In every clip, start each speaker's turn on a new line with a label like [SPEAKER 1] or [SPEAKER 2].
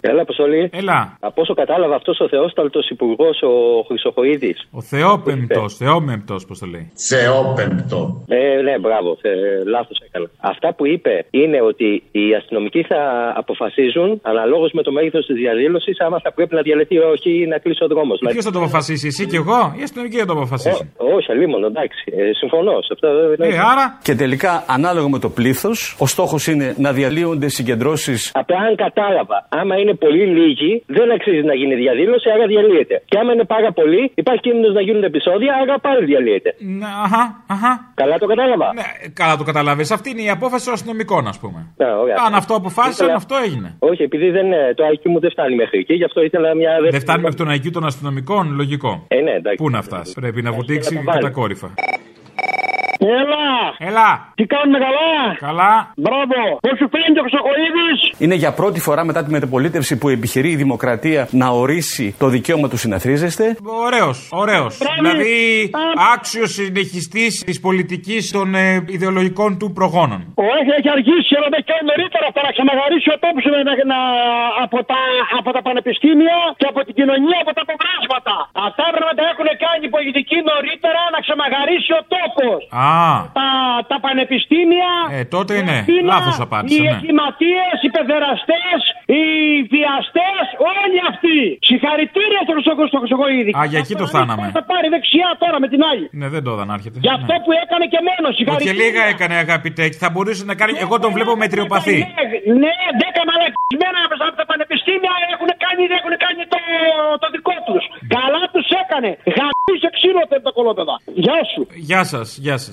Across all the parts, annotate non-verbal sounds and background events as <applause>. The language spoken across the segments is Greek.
[SPEAKER 1] Έλα, Αποστολή.
[SPEAKER 2] Έλα.
[SPEAKER 1] Από όσο κατάλαβα, αυτός ο Θεόσταλτος Υπουργός, ο Χρυσοχοίδης.
[SPEAKER 2] Ο Θεόπεμπτος, Θεόμεμπτος, πώς το λέει.
[SPEAKER 3] Θεόπεμπτο.
[SPEAKER 1] Ε, ναι, μπράβο, ε, λάθος έκανα. Αυτά που είπε είναι ότι οι αστυνομικοί θα αποφασίζουν αναλόγως με το μέγεθος της διαδήλωσης άμα θα πρέπει να διαλυθεί ή όχι ή να κλείσει ο δρόμος.
[SPEAKER 2] Ποιος θα το αποφασίσει, εσύ και εγώ, ή οι αστυνομικοί θα το αποφασίσουν.
[SPEAKER 1] όχι, αλλήμον, εντάξει. Ε, συμφωνώ. Σε αυτό δεν
[SPEAKER 2] Ε, άρα.
[SPEAKER 4] Και τελικά, ανάλογα με το πλήθος, ο στόχος είναι να διαλύονται συγκεντρώσεις.
[SPEAKER 1] Απλά αν κατάλαβα, άμα είναι πολύ λίγοι, δεν αξίζει να γίνει διαδήλωση, άρα διαλύεται. Και άμα είναι πάρα πολύ, υπάρχει κίνδυνος να γίνουν επεισόδια, άρα πάλι διαλύεται.
[SPEAKER 2] Ναι, αχα, αχα.
[SPEAKER 1] Καλά το κατάλαβα.
[SPEAKER 2] Ναι, καλά το καταλάβει. Αυτή είναι η απόφαση των αστυνομικών, ας πούμε.
[SPEAKER 1] Ε, Ναι, ωραία.
[SPEAKER 2] Αν αυτό αποφάσισαν,
[SPEAKER 1] Ήθελα-
[SPEAKER 2] αυτό έγινε.
[SPEAKER 1] Όχι, επειδή δεν, ε, το IQ μου δεν φτάνει μέχρι εκεί, γι' αυτό ήθελα μια δεύτερη.
[SPEAKER 2] Δεν φτάνει μέχρι τον Αγίου των αστυνομικών, λογικό.
[SPEAKER 1] Ε, ναι, εντάξει. Ε,
[SPEAKER 2] Πού να φτάσει, πρέπει να βουτήξει
[SPEAKER 1] να τα βάλει.
[SPEAKER 2] κατακόρυφα.
[SPEAKER 5] Έλα!
[SPEAKER 2] Έλα,
[SPEAKER 5] Τι κάνουμε καλά!
[SPEAKER 2] καλά.
[SPEAKER 5] Μπράβο! Πώς σου φαίνεται ο Χρυσοκοίδης!
[SPEAKER 4] Είναι για πρώτη φορά μετά τη μεταπολίτευση που επιχειρεί η δημοκρατία να ορίσει το δικαίωμα του συναθρίζεστε.
[SPEAKER 2] Ωραίος, ωραίος. Δηλαδή, άξιος συνεχιστής της πολιτικής των ε, ιδεολογικών του προγόνων.
[SPEAKER 5] Όχι, έχει αργήσει, αλλά με κάνει νωρίτερα αυτά να ξαναγαρίσει ο τόπος με- με- να, από, τα, από τα πανεπιστήμια και από την κοινωνία, από τα αποβράσματα. Αυτά πρέπει να τα έχουν κάνει οι πολιτικοί νωρίτερα να ξαναγαρίσει ο τόπος.
[SPEAKER 2] Α,
[SPEAKER 5] Τα, τα πανεπιστήμια.
[SPEAKER 2] Ε, τότε
[SPEAKER 5] η
[SPEAKER 2] ναι.
[SPEAKER 5] Αθήνα,
[SPEAKER 2] Λάθος απάντησα,
[SPEAKER 5] Οι
[SPEAKER 2] ναι.
[SPEAKER 5] εγκληματίες, οι παιδεραστές, οι βιαστές, όλοι αυτοί. Συγχαρητήρια στον Χρυσοκο- στον Χρυσοκοίδη.
[SPEAKER 2] Α, για εκεί το
[SPEAKER 5] Αυτόν
[SPEAKER 2] φτάναμε.
[SPEAKER 5] Θα πάρει δεξιά τώρα με την άλλη.
[SPEAKER 2] ναι, δεν το είδα να έρχεται.
[SPEAKER 5] Γι'
[SPEAKER 2] Ναι.
[SPEAKER 5] αυτό που έκανε και μένω,
[SPEAKER 2] Μα Και
[SPEAKER 5] συγχαρητήρια.
[SPEAKER 2] λίγα έκανε αγαπητέ και θα μπορούσε να κάνει. Εγώ τον βλέπω μετριοπαθή.
[SPEAKER 5] Ναι, Ναι, δέκα μαλακισμένα από τα πανεπιστήμια έχουν κάνει, έχουν κάνει το, το δικό τους. Καλά τους έκανε. Γαμπούσε ξύλο τα κολόπεδα. Γεια σου.
[SPEAKER 2] Γεια σας, γεια σας.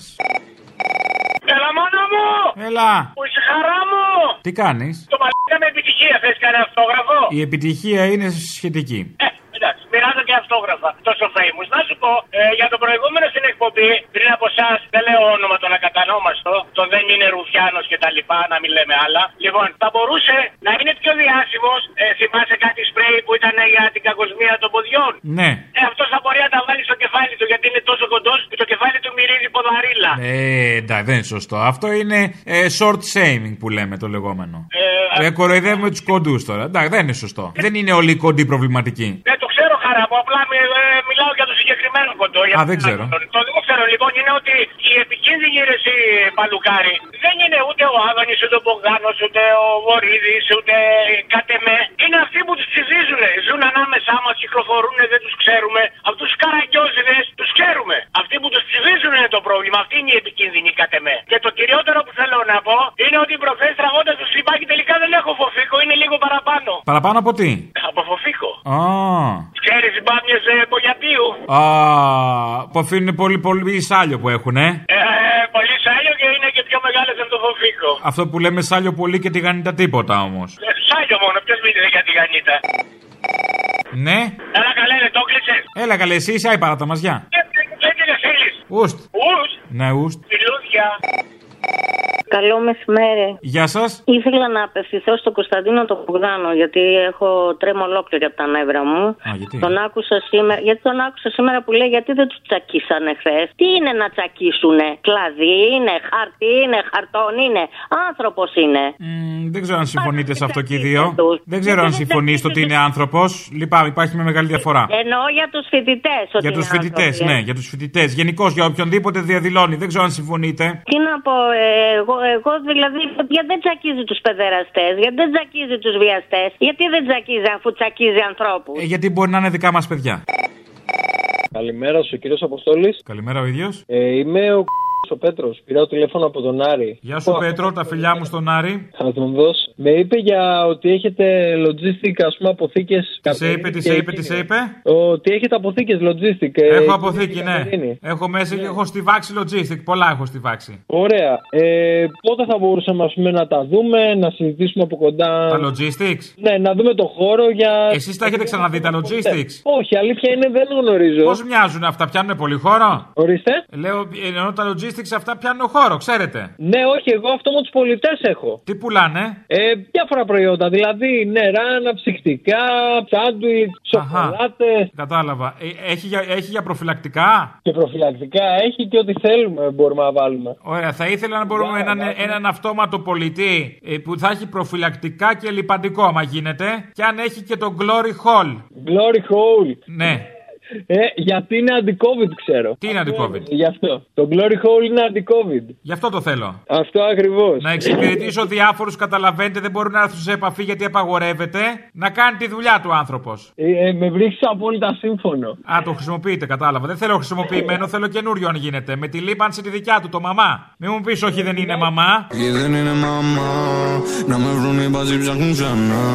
[SPEAKER 5] Έλα μόνο μου!
[SPEAKER 2] Έλα,
[SPEAKER 5] Που είσαι χαρά μου!
[SPEAKER 2] τι κάνεις.
[SPEAKER 5] Το μαλακά με επιτυχία θες κανένα αυτόγραφο.
[SPEAKER 2] Η επιτυχία είναι σχετική.
[SPEAKER 5] Ε, Εντάξει, μοιράζω και αυτόγραφα. Τόσο θα ήμουν. Να σου πω, ε, για τον προηγούμενο στην εκπομπή, πριν από εσάς, δεν λέω όνομα τον ακατανόμαστο, τον δεν είναι Ρουφιάνος και τα λοιπά, να μην λέμε άλλα. Λοιπόν, θα μπορούσε να είναι πιο διάσημος. Ε, θυμάσαι κάτι σπρέι που ήταν για την κακοσμία των ποδιών.
[SPEAKER 2] Ναι.
[SPEAKER 5] Ε, αυτός θα μπορεί να τα βάλει στο κεφάλι του γιατί είναι τόσο κοντός που το κεφάλι του μυρίζει ποδαρίλα.
[SPEAKER 2] Ε, εντάξει, δεν είναι σωστό. Αυτό είναι ε, short shaming που λέμε το λεγόμενο. Ε, κοροϊδεύουμε τους κοντούς τώρα. Εντάξει, δεν είναι σωστό. Δεν είναι όλοι οι κοντοί προβληματικοί.
[SPEAKER 5] Ναι, το ξέρω χαρά μου, απλά μι- ε, μιλάω για το συγκεκριμένο κοντό. για
[SPEAKER 2] Α,
[SPEAKER 5] τον
[SPEAKER 2] δεν ξέρω.
[SPEAKER 5] άλλον. Το δεν ξέρω λοιπόν είναι ότι η επικίνδυνη ρεσί Παλουκάρη δεν είναι ούτε ο Άδωνης, ούτε ο Μπογδάνος, ούτε ο Βορύδης, ούτε κατεμέ. Είναι αυτοί που τους ψηφίζουν. Ζουν ανάμεσά μας, κυκλοφορούν, δεν τους ξέρουμε. Αυτού τους καραγκιόζιδες τους ξέρουμε. Αυτοί που τους ψηφίζουν είναι το πρόβλημα. Αυτή είναι η επικίνδυνη κατεμέ. Και το κυριότερο που θέλω να πω είναι ότι οι προχθέ τραγώντα του συμπάκι τελικά δεν έχω φοφίκο, είναι λίγο παραπάνω.
[SPEAKER 2] Παραπάνω από τι.
[SPEAKER 5] Από φοφίκο.
[SPEAKER 2] Α,
[SPEAKER 5] Ξέρεις μπάμιες ε, Μπογιατίου.
[SPEAKER 2] α που αφήνουν πολύ πολύ σάλιο που έχουν, ε.
[SPEAKER 5] Ε, πολύ σάλιο και είναι και πιο μεγάλες από το φοβίκο.
[SPEAKER 2] Αυτό που λέμε σάλιο πολύ και τη γανίτα τίποτα όμως.
[SPEAKER 5] Ε, σάλιο μόνο, ποιος μιλάει για τη γανίτα.
[SPEAKER 2] Ναι.
[SPEAKER 5] Έλα καλέ, ρε, το κλείσες.
[SPEAKER 2] Έλα καλέ, εσύ είσαι άιπαρα τα μαζιά.
[SPEAKER 5] Ε, Δεν την θέλει.
[SPEAKER 2] Ουστ.
[SPEAKER 5] Ους,
[SPEAKER 2] Ναι, ουστ.
[SPEAKER 5] φιλούδια.
[SPEAKER 6] Καλό μεσημέρι.
[SPEAKER 2] Γεια σας.
[SPEAKER 6] Ήθελα να απευθυνθώ στον Κωνσταντίνο τον Μπογδάνο, γιατί έχω τρέμο ολόκληρη από τα νεύρα μου.
[SPEAKER 2] Α, γιατί?
[SPEAKER 6] Τον άκουσα σήμερα, γιατί τον άκουσα σήμερα που λέει γιατί δεν τους τσακίσανε χθες. Τι είναι να τσακίσουνε, κλαδί είναι, χαρτί είναι, χαρτόν είναι, άνθρωπος είναι.
[SPEAKER 2] Μμ, δεν ξέρω αν συμφωνείτε σε αυτό και οι δύο.
[SPEAKER 6] τους.
[SPEAKER 2] Δεν ξέρω αν
[SPEAKER 6] Δεν
[SPEAKER 2] συμφωνείς στο ότι είναι άνθρωπο. Λυπάμαι, υπάρχει μια μεγάλη διαφορά.
[SPEAKER 6] Εννοώ για τους φοιτητές.
[SPEAKER 2] Για του φοιτητέ, ναι, για τους φοιτητές. Γενικώς για οποιονδήποτε διαδηλώνει. Δεν ξέρω αν συμφωνείτε.
[SPEAKER 6] Τι να πω, ε, εγώ, εγώ δηλαδή, γιατί δεν τσακίζει τους παιδεραστές, γιατί δεν τσακίζει τους βιαστές, γιατί δεν τσακίζει αφού τσακίζει ανθρώπους.
[SPEAKER 2] Ε, γιατί μπορεί να είναι δικά μας παιδιά.
[SPEAKER 7] Καλημέρα σου, κύριος Αποστόλης.
[SPEAKER 2] Καλημέρα ο ίδιος.
[SPEAKER 7] Ε, είμαι ο ο Πέτρος. Πήρα τηλέφωνο από τον Άρη.
[SPEAKER 2] Γεια σου Πέτρο, τα φιλιά μου στον Άρη.
[SPEAKER 7] Θα τον δώσω. Με είπε για ότι έχετε logistic, ας πούμε, αποθήκες.
[SPEAKER 2] Τι σε είπε, τι σε είπε, τι σε είπε.
[SPEAKER 7] Ότι έχετε αποθήκες logistic. ε,
[SPEAKER 2] Έχω
[SPEAKER 7] στην
[SPEAKER 2] αποθήκη, ναι.
[SPEAKER 7] Κατερίνη.
[SPEAKER 2] Έχω μέσα και έχω στιβάξει logistic. Πολλά έχω στιβάξει.
[SPEAKER 7] Ωραία. Ε, πότε θα μπορούσαμε ας πούμε, να τα δούμε, να συζητήσουμε από κοντά.
[SPEAKER 2] Τα Ε, logistics.
[SPEAKER 7] Ναι, να δούμε το χώρο για.
[SPEAKER 2] Εσείς τα έχετε ξαναδεί τα logistics?
[SPEAKER 7] Όχι, αλήθεια είναι δεν γνωρίζω.
[SPEAKER 2] Πώς μοιάζουν αυτά, πιάνουν πολύ χώρο.
[SPEAKER 7] Ορίστε.
[SPEAKER 2] Λέω, εννοώ τα logistics στήριξη αυτά πιάνουν χώρο, ξέρετε.
[SPEAKER 7] Ναι, όχι, εγώ αυτό με τους πολιτές έχω.
[SPEAKER 2] Τι πουλάνε.
[SPEAKER 7] Ε, διάφορα προϊόντα, δηλαδή νερά, αναψυκτικά, σάντουιτ,
[SPEAKER 2] Αχα.
[SPEAKER 7] σοκολάτες.
[SPEAKER 2] Κατάλαβα. Ε, Έχει για, έχει για προφυλακτικά.
[SPEAKER 7] Και προφυλακτικά έχει και ό,τι θέλουμε μπορούμε να βάλουμε.
[SPEAKER 2] Ωραία, θα ήθελα να
[SPEAKER 7] Ναι,
[SPEAKER 2] μπορούμε έναν, έναν αυτόματο πολιτή ε, που θα έχει προφυλακτικά και λιπαντικό, άμα γίνεται, και αν έχει και το Glory Hall.
[SPEAKER 7] Glory Hole.
[SPEAKER 2] Ναι.
[SPEAKER 7] Ε, γιατί είναι αντι-COVID, ξέρω.
[SPEAKER 2] Τι είναι αντι-COVID?
[SPEAKER 7] Ε, Γι' αυτό. Το Glory Hole είναι αντι-COVID.
[SPEAKER 2] Γι' αυτό το θέλω.
[SPEAKER 7] Αυτό ακριβώς.
[SPEAKER 2] Να εξυπηρετήσω διάφορους, καταλαβαίνετε, δεν μπορούν να έρθουν σε επαφή γιατί απαγορεύεται. Να κάνει τη δουλειά του άνθρωπος.
[SPEAKER 7] Ε, ε, με βρίσκεις απόλυτα σύμφωνο.
[SPEAKER 2] Α, το χρησιμοποιείτε, κατάλαβα. Δεν θέλω χρησιμοποιημένο, θέλω καινούριο αν γίνεται. Με τη λίπανση τη δικιά του, το μαμά. Μην μου πεις, όχι, δεν είναι μαμά.
[SPEAKER 3] Και δεν είναι μαμά Να με βρουν οι μπαζί ψάχνουν ξανά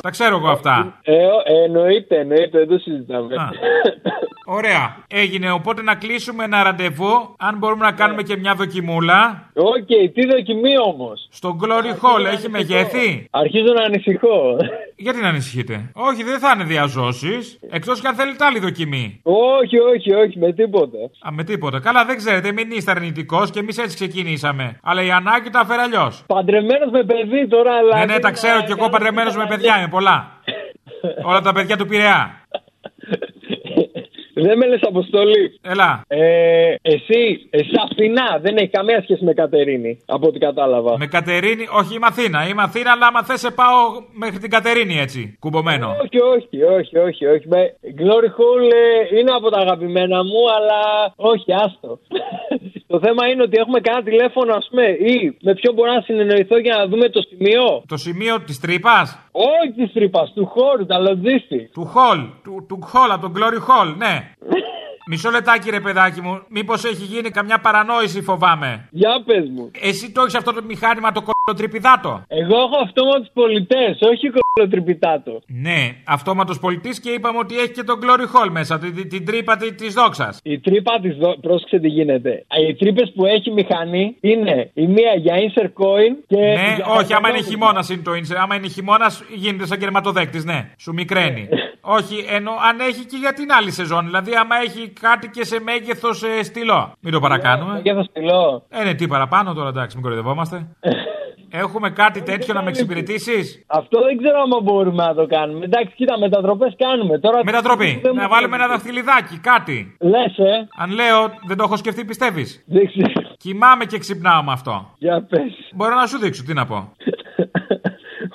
[SPEAKER 2] Τα ξέρω εγώ αυτά.
[SPEAKER 7] Ε, ο- ε, εννοείται, εννοείται, δεν το συζητάμε.
[SPEAKER 2] Α. Ωραία. Έγινε. Οπότε να κλείσουμε ένα ραντεβού. Αν μπορούμε να κάνουμε και μια δοκιμούλα.
[SPEAKER 7] Οκ, τι δοκιμή όμως.
[SPEAKER 2] Στο Glory Hall έχει μεγέθη.
[SPEAKER 7] Αρχίζω να ανησυχώ.
[SPEAKER 2] Γιατί να ανησυχείτε. Όχι, δεν θα είναι διαζώσεις. Εκτός και αν θέλετε άλλη δοκιμή.
[SPEAKER 7] όχι, όχι, όχι, με τίποτα.
[SPEAKER 2] Α, με τίποτα. Καλά, δεν ξέρετε. Μην είστε αρνητικός και εμείς έτσι ξεκινήσαμε. Αλλά η ανάγκη τα φέρει αλλιώς.
[SPEAKER 7] Παντρεμένος με παιδί τώρα, αλλά.
[SPEAKER 2] Ναι, ναι, τα ξέρω κι εγώ παντρεμένος με παιδιά είμαι πολλά. Όλα τα παιδιά του Πειραιά.
[SPEAKER 7] δεν με λες αποστολή.
[SPEAKER 2] Έλα.
[SPEAKER 7] Ε, εσύ, εσύ Αθηνά, δεν έχει καμία σχέση με Κατερίνη, από ό,τι κατάλαβα.
[SPEAKER 2] Με Κατερίνη, όχι είμαι Αθήνα. Είμαι Αθήνα, αλλά άμα θες σε πάω μέχρι την Κατερίνη έτσι. Κουμπωμένο.
[SPEAKER 7] Όχι, όχι, όχι, όχι, όχι. Με... Glory Hole ε, είναι από τα αγαπημένα μου, αλλά όχι, άστο. το θέμα είναι ότι έχουμε κανένα τηλέφωνο, ας πούμε, ή με ποιον μπορώ να συνεννοηθώ για να δούμε το σημείο.
[SPEAKER 2] Το σημείο της τρύπας.
[SPEAKER 7] Όχι της τρύπας, του χώρου, τα λοντζίστη.
[SPEAKER 2] Του Hall, του, του Hall, από τον Glory Hall, ναι. Μισό λετάκι ρε παιδάκι μου, μήπως έχει γίνει καμιά παρανόηση φοβάμαι.
[SPEAKER 7] Για πες μου.
[SPEAKER 2] Εσύ το έχεις αυτό το μηχάνημα το κολοτριπιδάτο.
[SPEAKER 7] Εγώ έχω αυτό με του πολιτές, όχι κολοτριπιτάτο.
[SPEAKER 2] Ναι, αυτόματος πολιτής και είπαμε ότι έχει και τον Glory Hall μέσα, την, την, την τρύπα τη- της δόξας.
[SPEAKER 7] Η τρύπα της. Δο... Πρόσεξε τι γίνεται. Οι τρύπες που έχει η μηχανή είναι η μία για insert coin και.
[SPEAKER 2] Ναι,
[SPEAKER 7] για
[SPEAKER 2] όχι, άμα είναι
[SPEAKER 7] παντρεμένο.
[SPEAKER 2] χειμώνας είναι το ίνσερ. Άμα είναι χειμώνας, γίνεται σαν κερματοδέκτης, ναι. Σου μικραίνει. όχι, ενώ αν έχει και για την άλλη σεζόν. Δηλαδή, άμα έχει κάτι και σε μέγεθος ε, στυλό. Μην το παρακάνουμε.
[SPEAKER 7] Και θα στείλω.
[SPEAKER 2] Ε, ναι, τι παραπάνω τώρα, εντάξει, μην κοροϊδευόμαστε. Έχουμε κάτι τέτοιο να με εξυπηρετήσεις.
[SPEAKER 7] Αυτό δεν ξέρω αν μπορούμε να το κάνουμε. Εντάξει, κοίτα, μετατροπές κάνουμε. Τώρα...
[SPEAKER 2] Μετατροπή.
[SPEAKER 7] Δεν μου
[SPEAKER 2] Να βάλουμε ένα
[SPEAKER 7] φαίνεται.
[SPEAKER 2] δαχτυλιδάκι, κάτι.
[SPEAKER 7] Λες, ε.
[SPEAKER 2] Αν λέω, δεν το έχω σκεφτεί, πιστεύεις.
[SPEAKER 7] Δεν ξέρω.
[SPEAKER 2] Κοιμάμαι και ξυπνάω με αυτό.
[SPEAKER 7] Για πες.
[SPEAKER 2] Μπορώ να σου δείξω, τι να πω.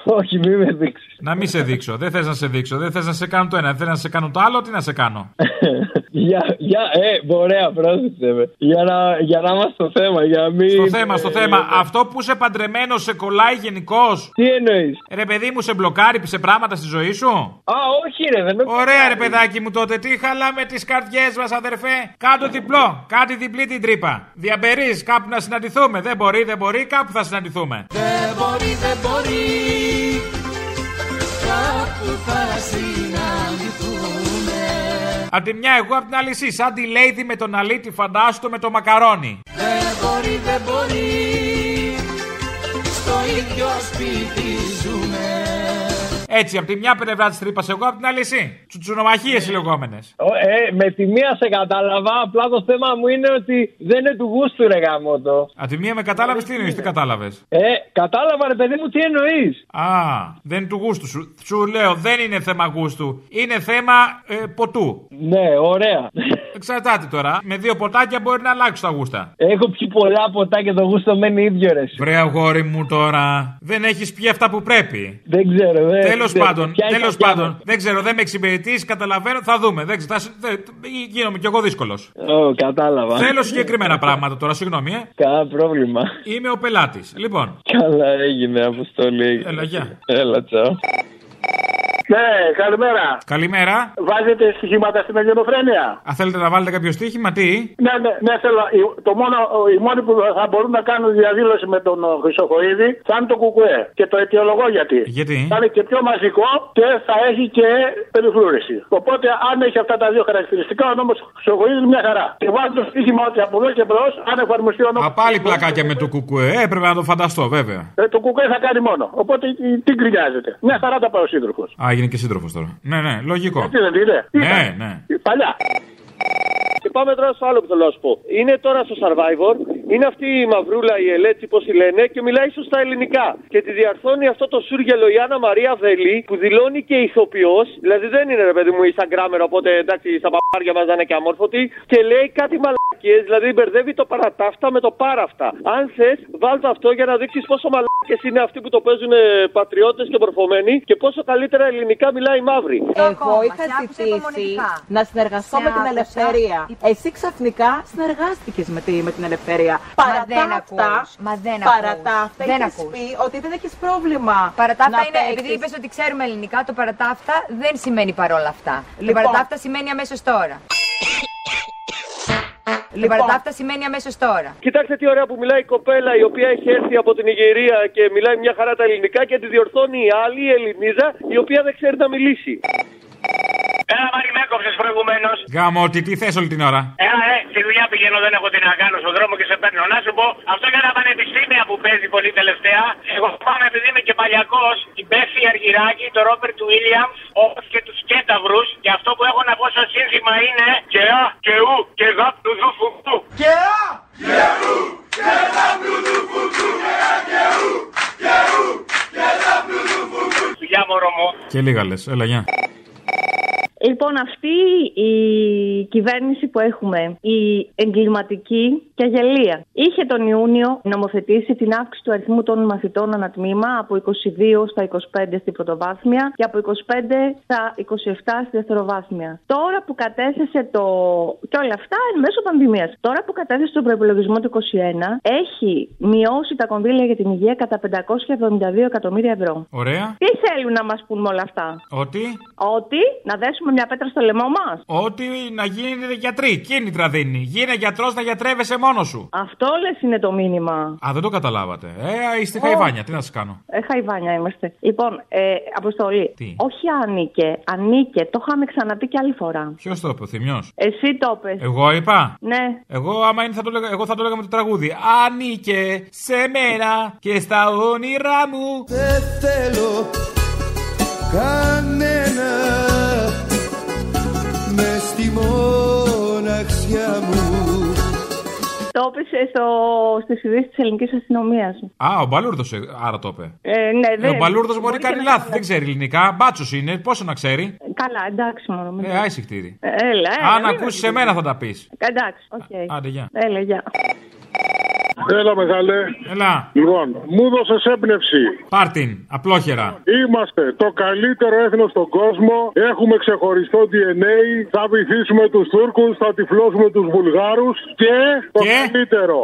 [SPEAKER 7] Όχι, μη με δείξεις.
[SPEAKER 2] Να μην σε δείξω. Δεν θες να σε δείξω. Δεν θες να σε κάνω το ένα. Δεν θες να σε κάνω το άλλο. Τι να σε κάνω.
[SPEAKER 7] για, για, ε, ωραία, πρόσεξε με. Για να, για να είμαστε στο θέμα, για να μην...
[SPEAKER 2] Στο θέμα, στο
[SPEAKER 7] ε,
[SPEAKER 2] θέμα. Αυτό που είσαι παντρεμένος σε κολλάει γενικώς.
[SPEAKER 7] Τι εννοείς.
[SPEAKER 2] Ρε παιδί μου, σε μπλοκάρει σε πράγματα στη ζωή σου.
[SPEAKER 7] Α, όχι ρε, δεν με
[SPEAKER 2] Ωραία, ρε παιδάκι μου τότε. Τι χαλάμε τις καρδιές μας, αδερφέ. Κάτω διπλό. Κάτι διπλή την τρύπα. Διαμπερείς κάπου να συναντηθούμε. Δεν μπορεί, δεν μπορεί. Κάπου θα συναντηθούμε.
[SPEAKER 3] Δεν μπορεί, δεν μπορεί Κάπου θα συναντηθούμε
[SPEAKER 2] Απ' τη μια εγώ, απ' την άλλη εσύ. Σαν τη Lady με τον αλήτη, φαντάστο με το μακαρόνι.
[SPEAKER 3] Δεν μπορεί, δεν μπορεί Στο ίδιο σπίτι ζούμε
[SPEAKER 2] Έτσι, απ' τη μια πλευρά της τρύπας εγώ, απ' την άλλη εσύ. Τσουτσουνομαχίες οι λεγόμενες.
[SPEAKER 7] Ο, ε, με τη μία σε κατάλαβα, απλά το θέμα μου είναι ότι δεν είναι του γούστου ρε γαμότο.
[SPEAKER 2] Απ' τη μία με κατάλαβες τι εννοείς, τι κατάλαβες.
[SPEAKER 7] Ε, κατάλαβα ρε παιδί μου τι εννοείς.
[SPEAKER 2] Α, δεν είναι του γούστου σου. Σου λέω, δεν είναι θέμα γούστου. Είναι θέμα ε, ποτού.
[SPEAKER 7] Ναι, ωραία.
[SPEAKER 2] Εξαρτάται τώρα. Με δύο ποτάκια μπορεί να αλλάξουν τα γούστα.
[SPEAKER 7] Έχω πιει πολλά ποτά και το γούστο μένει ίδιο ρε.
[SPEAKER 2] Βρε αγόρι μου τώρα. Δεν έχεις πιει αυτά που πρέπει.
[SPEAKER 7] Δεν ξέρω,
[SPEAKER 8] Ε,
[SPEAKER 7] δεν
[SPEAKER 2] Τέλο
[SPEAKER 7] δεν-
[SPEAKER 2] πάντων,
[SPEAKER 7] ποια είναι
[SPEAKER 2] τέλο
[SPEAKER 7] η κακιά
[SPEAKER 2] πάντων. Δεν ξέρω, δεν με εξυπηρετείς, καταλαβαίνω, θα δούμε. Δεν ξέρω, θα σου- δεν- γίνομαι κι εγώ δύσκολος.
[SPEAKER 8] Ε,
[SPEAKER 7] μου. Ω, κατάλαβα.
[SPEAKER 2] Θέλω συγκεκριμένα πράγματα τώρα, συγγνώμη, ε.
[SPEAKER 7] Κανένα πρόβλημα.
[SPEAKER 2] Είμαι ο πελάτης. Λοιπόν,
[SPEAKER 7] Καλά ε. έγινε, αποστολή.
[SPEAKER 2] Έλα, γεια.
[SPEAKER 7] Έλα, τσαο.
[SPEAKER 8] Ναι, καλημέρα.
[SPEAKER 2] καλημέρα.
[SPEAKER 8] Βάζετε στοιχήματα στην ελληνοφρένεια.
[SPEAKER 2] Αν θέλετε να βάλετε κάποιο στοίχημα, τι.
[SPEAKER 8] Ναι, ναι, ναι, θέλω. Η- Το μόνο, οι μόνοι που θα μπορούν να κάνουν διαδήλωση με τον ο, Χρυσοχοίδη θα είναι το Κουκουέ. Και το αιτιολογώ γιατί.
[SPEAKER 2] Γιατί?
[SPEAKER 8] Θα είναι και πιο μαζικό και θα έχει και περιφλούρηση. Οπότε, αν έχει αυτά τα δύο χαρακτηριστικά, ο νόμος Χρυσοχοίδης είναι μια χαρά. Και βάζω το στοίχημα ότι από εδώ και μπρος, αν εφαρμοστεί ο νόμος.
[SPEAKER 2] Α, πάλι πλακάκια με το κουκουέ. Έπρεπε να το φανταστώ, βέβαια.
[SPEAKER 8] Ε, το κουκουέ θα κάνει μόνο. Οπότε ε, τι γκρινιάζεται. Μια χαρά τα πάει ο σύντροφος.
[SPEAKER 2] Α, έγινε και σύντροφος τώρα. Ναι, ναι, λογικό.
[SPEAKER 8] Τι δεν είναι.
[SPEAKER 2] Ναι,
[SPEAKER 8] Ήταν.
[SPEAKER 2] ναι.
[SPEAKER 8] Παλιά.
[SPEAKER 9] Ε, πάμε τώρα στο άλλο που θέλω να σου πω. Είναι τώρα στο Survivor, είναι αυτή η μαυρούλα, η Ελέτσι, πώς τη λένε, και μιλάει σωστά ελληνικά. Και τη διαρθώνει αυτό το σούργελο η Άννα Μαρία Βελή, που δηλώνει και ηθοποιός, δηλαδή δεν είναι ρε παιδί μου Instagrammer, οπότε εντάξει, στα παπάρια μας δεν είναι και αμόρφωτη, και λέει κάτι μαλακίες, δηλαδή μπερδεύει το παρατάφτα με το πάραφτα. Αν θες, βάλτε αυτό για να δείξεις πόσο μαλακίες είναι αυτοί που το παίζουν πατριώτες και μορφωμένοι και πόσο καλύτερα ελληνικά μιλάει η μαύρη.
[SPEAKER 10] Εγώ είχα ζητήσει να συνεργαστώ με την ελευθερία. Εσύ ξαφνικά συνεργάστηκες με, τη- με την ελευθερία. Παρά
[SPEAKER 11] δεν
[SPEAKER 10] τα αυτά,
[SPEAKER 11] ακούς. Μα δεν
[SPEAKER 10] παρά
[SPEAKER 11] ακούς.
[SPEAKER 10] τα αυτά,
[SPEAKER 11] Δεν
[SPEAKER 10] είχες
[SPEAKER 11] ακούς.
[SPEAKER 10] πει ότι δεν έχεις πρόβλημα.
[SPEAKER 11] Παρατάφτα
[SPEAKER 10] να
[SPEAKER 11] είναι,
[SPEAKER 10] παίξεις.
[SPEAKER 11] επειδή είπες ότι ξέρουμε ελληνικά, το παρατάφτα δεν σημαίνει παρόλα αυτά.
[SPEAKER 10] Λοιπόν.
[SPEAKER 11] Το παρατάφτα σημαίνει αμέσως τώρα.
[SPEAKER 9] Λοιπόν.
[SPEAKER 11] Το παρατάφτα σημαίνει αμέσως τώρα.
[SPEAKER 9] Κοιτάξτε τι ωραία που μιλάει η κοπέλα η οποία έχει έρθει από την Ιγυρία και μιλάει μια χαρά τα ελληνικά και τη διορθώνει η άλλη, η Ελληνίζα, η οποία δεν ξέρει να μιλήσει.
[SPEAKER 5] Έλα, Μάρι, με έκοψες προηγουμένως.
[SPEAKER 2] Γάμο, τι, τι θες όλη την ώρα.
[SPEAKER 5] Έλα, ε, στη δουλειά πηγαίνω, δεν έχω τι να κάνω στον δρόμο και σε παίρνω. Να σου πω, αυτό για τα πανεπιστήμια που παίζει πολύ τελευταία. Εγώ πάμε επειδή είμαι και παλιακός, την Πέφη Αργυράκη, τον Ρόμπερτ Βίλιαμ, όπως και τους Κέταβρου. Και αυτό που έχω να πω σαν σύνθημα είναι και α, και ου, και γα, του δου, φου, του. Και α, και ου, και γα, του δου, φου, του. Γεια μωρό μου.
[SPEAKER 2] Και λίγα λες. Έλα, γεια.
[SPEAKER 12] Λοιπόν, αυτή η κυβέρνηση που έχουμε, η εγκληματική και αγελία, είχε τον Ιούνιο νομοθετήσει την αύξηση του αριθμού των μαθητών ανατμήμα από 22 στα 25 στην πρωτοβάθμια και από 25 στα 27 στη δευτεροβάθμια. Τώρα που κατέθεσε το. και όλα αυτά εν μέσω πανδημίας. Τώρα που κατέθεσε τον προπολογισμό του 21, έχει μειώσει τα κονδύλια για την υγεία κατά 572 εκατομμύρια ευρώ.
[SPEAKER 2] Ωραία.
[SPEAKER 12] Τι θέλουν να μας πούν με όλα αυτά.
[SPEAKER 2] Ότι.
[SPEAKER 12] Ότι να δέσουμε μια πέτρα στο λαιμό μας.
[SPEAKER 2] Ότι να γίνει γιατρή. Κίνητρα δίνει. Γίνε γιατρός να γιατρεύεσαι μόνος σου.
[SPEAKER 12] Αυτό λες είναι το μήνυμα.
[SPEAKER 2] Α, δεν το καταλάβατε. Ε, είστε
[SPEAKER 12] Ω.
[SPEAKER 2] χαϊβάνια. Τι να σας κάνω.
[SPEAKER 12] Ε, χαϊβάνια είμαστε. Λοιπόν, ε, αποστολή. Όχι ανήκε, ανήκε. Το είχαμε ξαναπεί και άλλη φορά.
[SPEAKER 2] Ποιος το είπε, ο Θημιό.
[SPEAKER 12] Εσύ το είπες.
[SPEAKER 2] Εγώ είπα.
[SPEAKER 12] Ναι.
[SPEAKER 2] Εγώ, άμα είναι, θα το λέγα, εγώ θα το λέγα με το τραγούδι. Ανήκε σε μένα και στα όνειρά μου.
[SPEAKER 7] Δεν θέλω κανένα με στη μοναξιά μου.
[SPEAKER 12] Το είπες στο... στις ειδήσεις της ελληνικής αστυνομίας.
[SPEAKER 2] Α, ο Μπαλούρδος άρα το είπε.
[SPEAKER 12] Ε, ναι,
[SPEAKER 2] Ε,
[SPEAKER 12] δεν...
[SPEAKER 2] ο Μπαλούρδος μπορεί να
[SPEAKER 12] και
[SPEAKER 2] κάνει λάθη. Δεν ξέρει ελληνικά. Μπάτσος είναι. Πόσο να ξέρει.
[SPEAKER 12] Καλά, εντάξει μόνο. μην-
[SPEAKER 2] Ε, άισε κτήρι.
[SPEAKER 12] Ε, Έλα, έλα.
[SPEAKER 2] Αν
[SPEAKER 12] μην
[SPEAKER 2] ακούσει εμένα θα τα πεις.
[SPEAKER 12] Εντάξει, οκ.
[SPEAKER 2] Άντε, γεια.
[SPEAKER 12] Έλα, γεια.
[SPEAKER 13] Έλα, μεγάλε.
[SPEAKER 2] Έλα.
[SPEAKER 13] Λοιπόν, μου δώσες έμπνευση.
[SPEAKER 2] Πάρτιν, απλόχερα.
[SPEAKER 13] Είμαστε το καλύτερο έθνος στον κόσμο. Έχουμε ξεχωριστό DNA. Θα βυθίσουμε τους Τούρκους, θα τυφλώσουμε τους Βουλγάρους. Και το καλύτερο.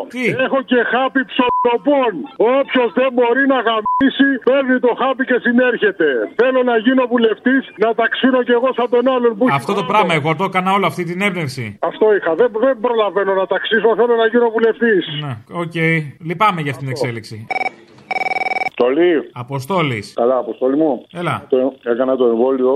[SPEAKER 13] Έχω και χάπι ψωτοπών. Όποιος δεν μπορεί να γαμίσει, παίρνει το χάπι και συνέρχεται. Θέλω να γίνω βουλευτής, να ταξίνω κι εγώ σαν τον άλλον που έχει
[SPEAKER 2] Αυτό το πράγμα εγώ το έκανα όλο αυτή την έμπνευση.
[SPEAKER 13] Αυτό είχα. Δεν, δεν προλαβαίνω να ταξίσω. Θέλω να γίνω βουλευτής.
[SPEAKER 2] Ε, Οκ. Λυπάμαι για αυτήν την εξέλιξη.
[SPEAKER 13] Αποστολή.
[SPEAKER 2] Αποστόλης.
[SPEAKER 13] Καλά, αποστολή μου.
[SPEAKER 2] Έλα.
[SPEAKER 13] Το, έκανα το εμβόλιο.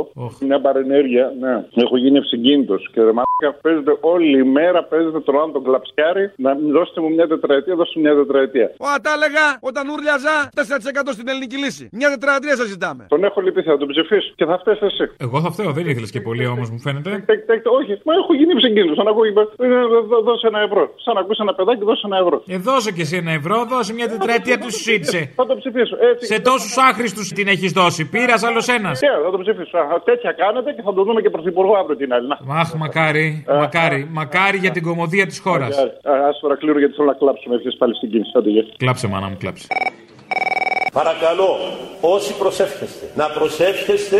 [SPEAKER 13] Μια παρενέργεια. Ναι. Έχω γίνει ευσυγκίνητος. Και ρε μαλάκα, παίζετε όλη μέρα. Παίζετε τον άλλο τον κλαψιάρι. Να μην δώσετε μου μια τετραετία, δώστε μου μια τετραετία.
[SPEAKER 3] Ο Ατάλεγα, όταν ούρλιαζα, 4% στην ελληνική λύση. Μια τετραετία σας ζητάμε.
[SPEAKER 13] Τον έχω λυπηθεί, θα τον ψηφίσω και θα φταίει εσύ.
[SPEAKER 2] Εγώ θα φταίω, δεν ήθελες και πολύ όμως, μου φαίνεται.
[SPEAKER 13] Τεκ, τεκ, όχι, μα έχω γίνει ευσυγκίνητο. Αν ακούει, ε, δώ- δώσε ένα ευρώ. Σαν να ακούσει ένα παιδάκι, δώσε ένα ευρώ.
[SPEAKER 2] Ε, δώσε και εσύ ένα ευρώ, δώσε μια τετραετία του σύντσε.
[SPEAKER 13] Θα το ψηφίσω. Ε, Έτσι.
[SPEAKER 2] Σε τόσους άχρηστους την έχεις δώσει. Πήρας άλλος ένας.
[SPEAKER 13] Ναι, θα το ψηφίσω. Α, Τέτοια κάνετε και θα το δούμε και πρωθυπουργό αύριο την άλλη. Να. Ε,
[SPEAKER 2] Αχ, μακάρι, μακάρι, μακάρι για την κομμωδία της χώρας.
[SPEAKER 13] Α τώρα κλείνω γιατί θέλω να κλάψουμε. Ευχέ πάλι στην κίνηση. Άντε, γεια.
[SPEAKER 2] Κλάψε, μάνα μου, κλάψε.
[SPEAKER 14] Παρακαλώ όσοι προσεύχεστε να προσεύχεστε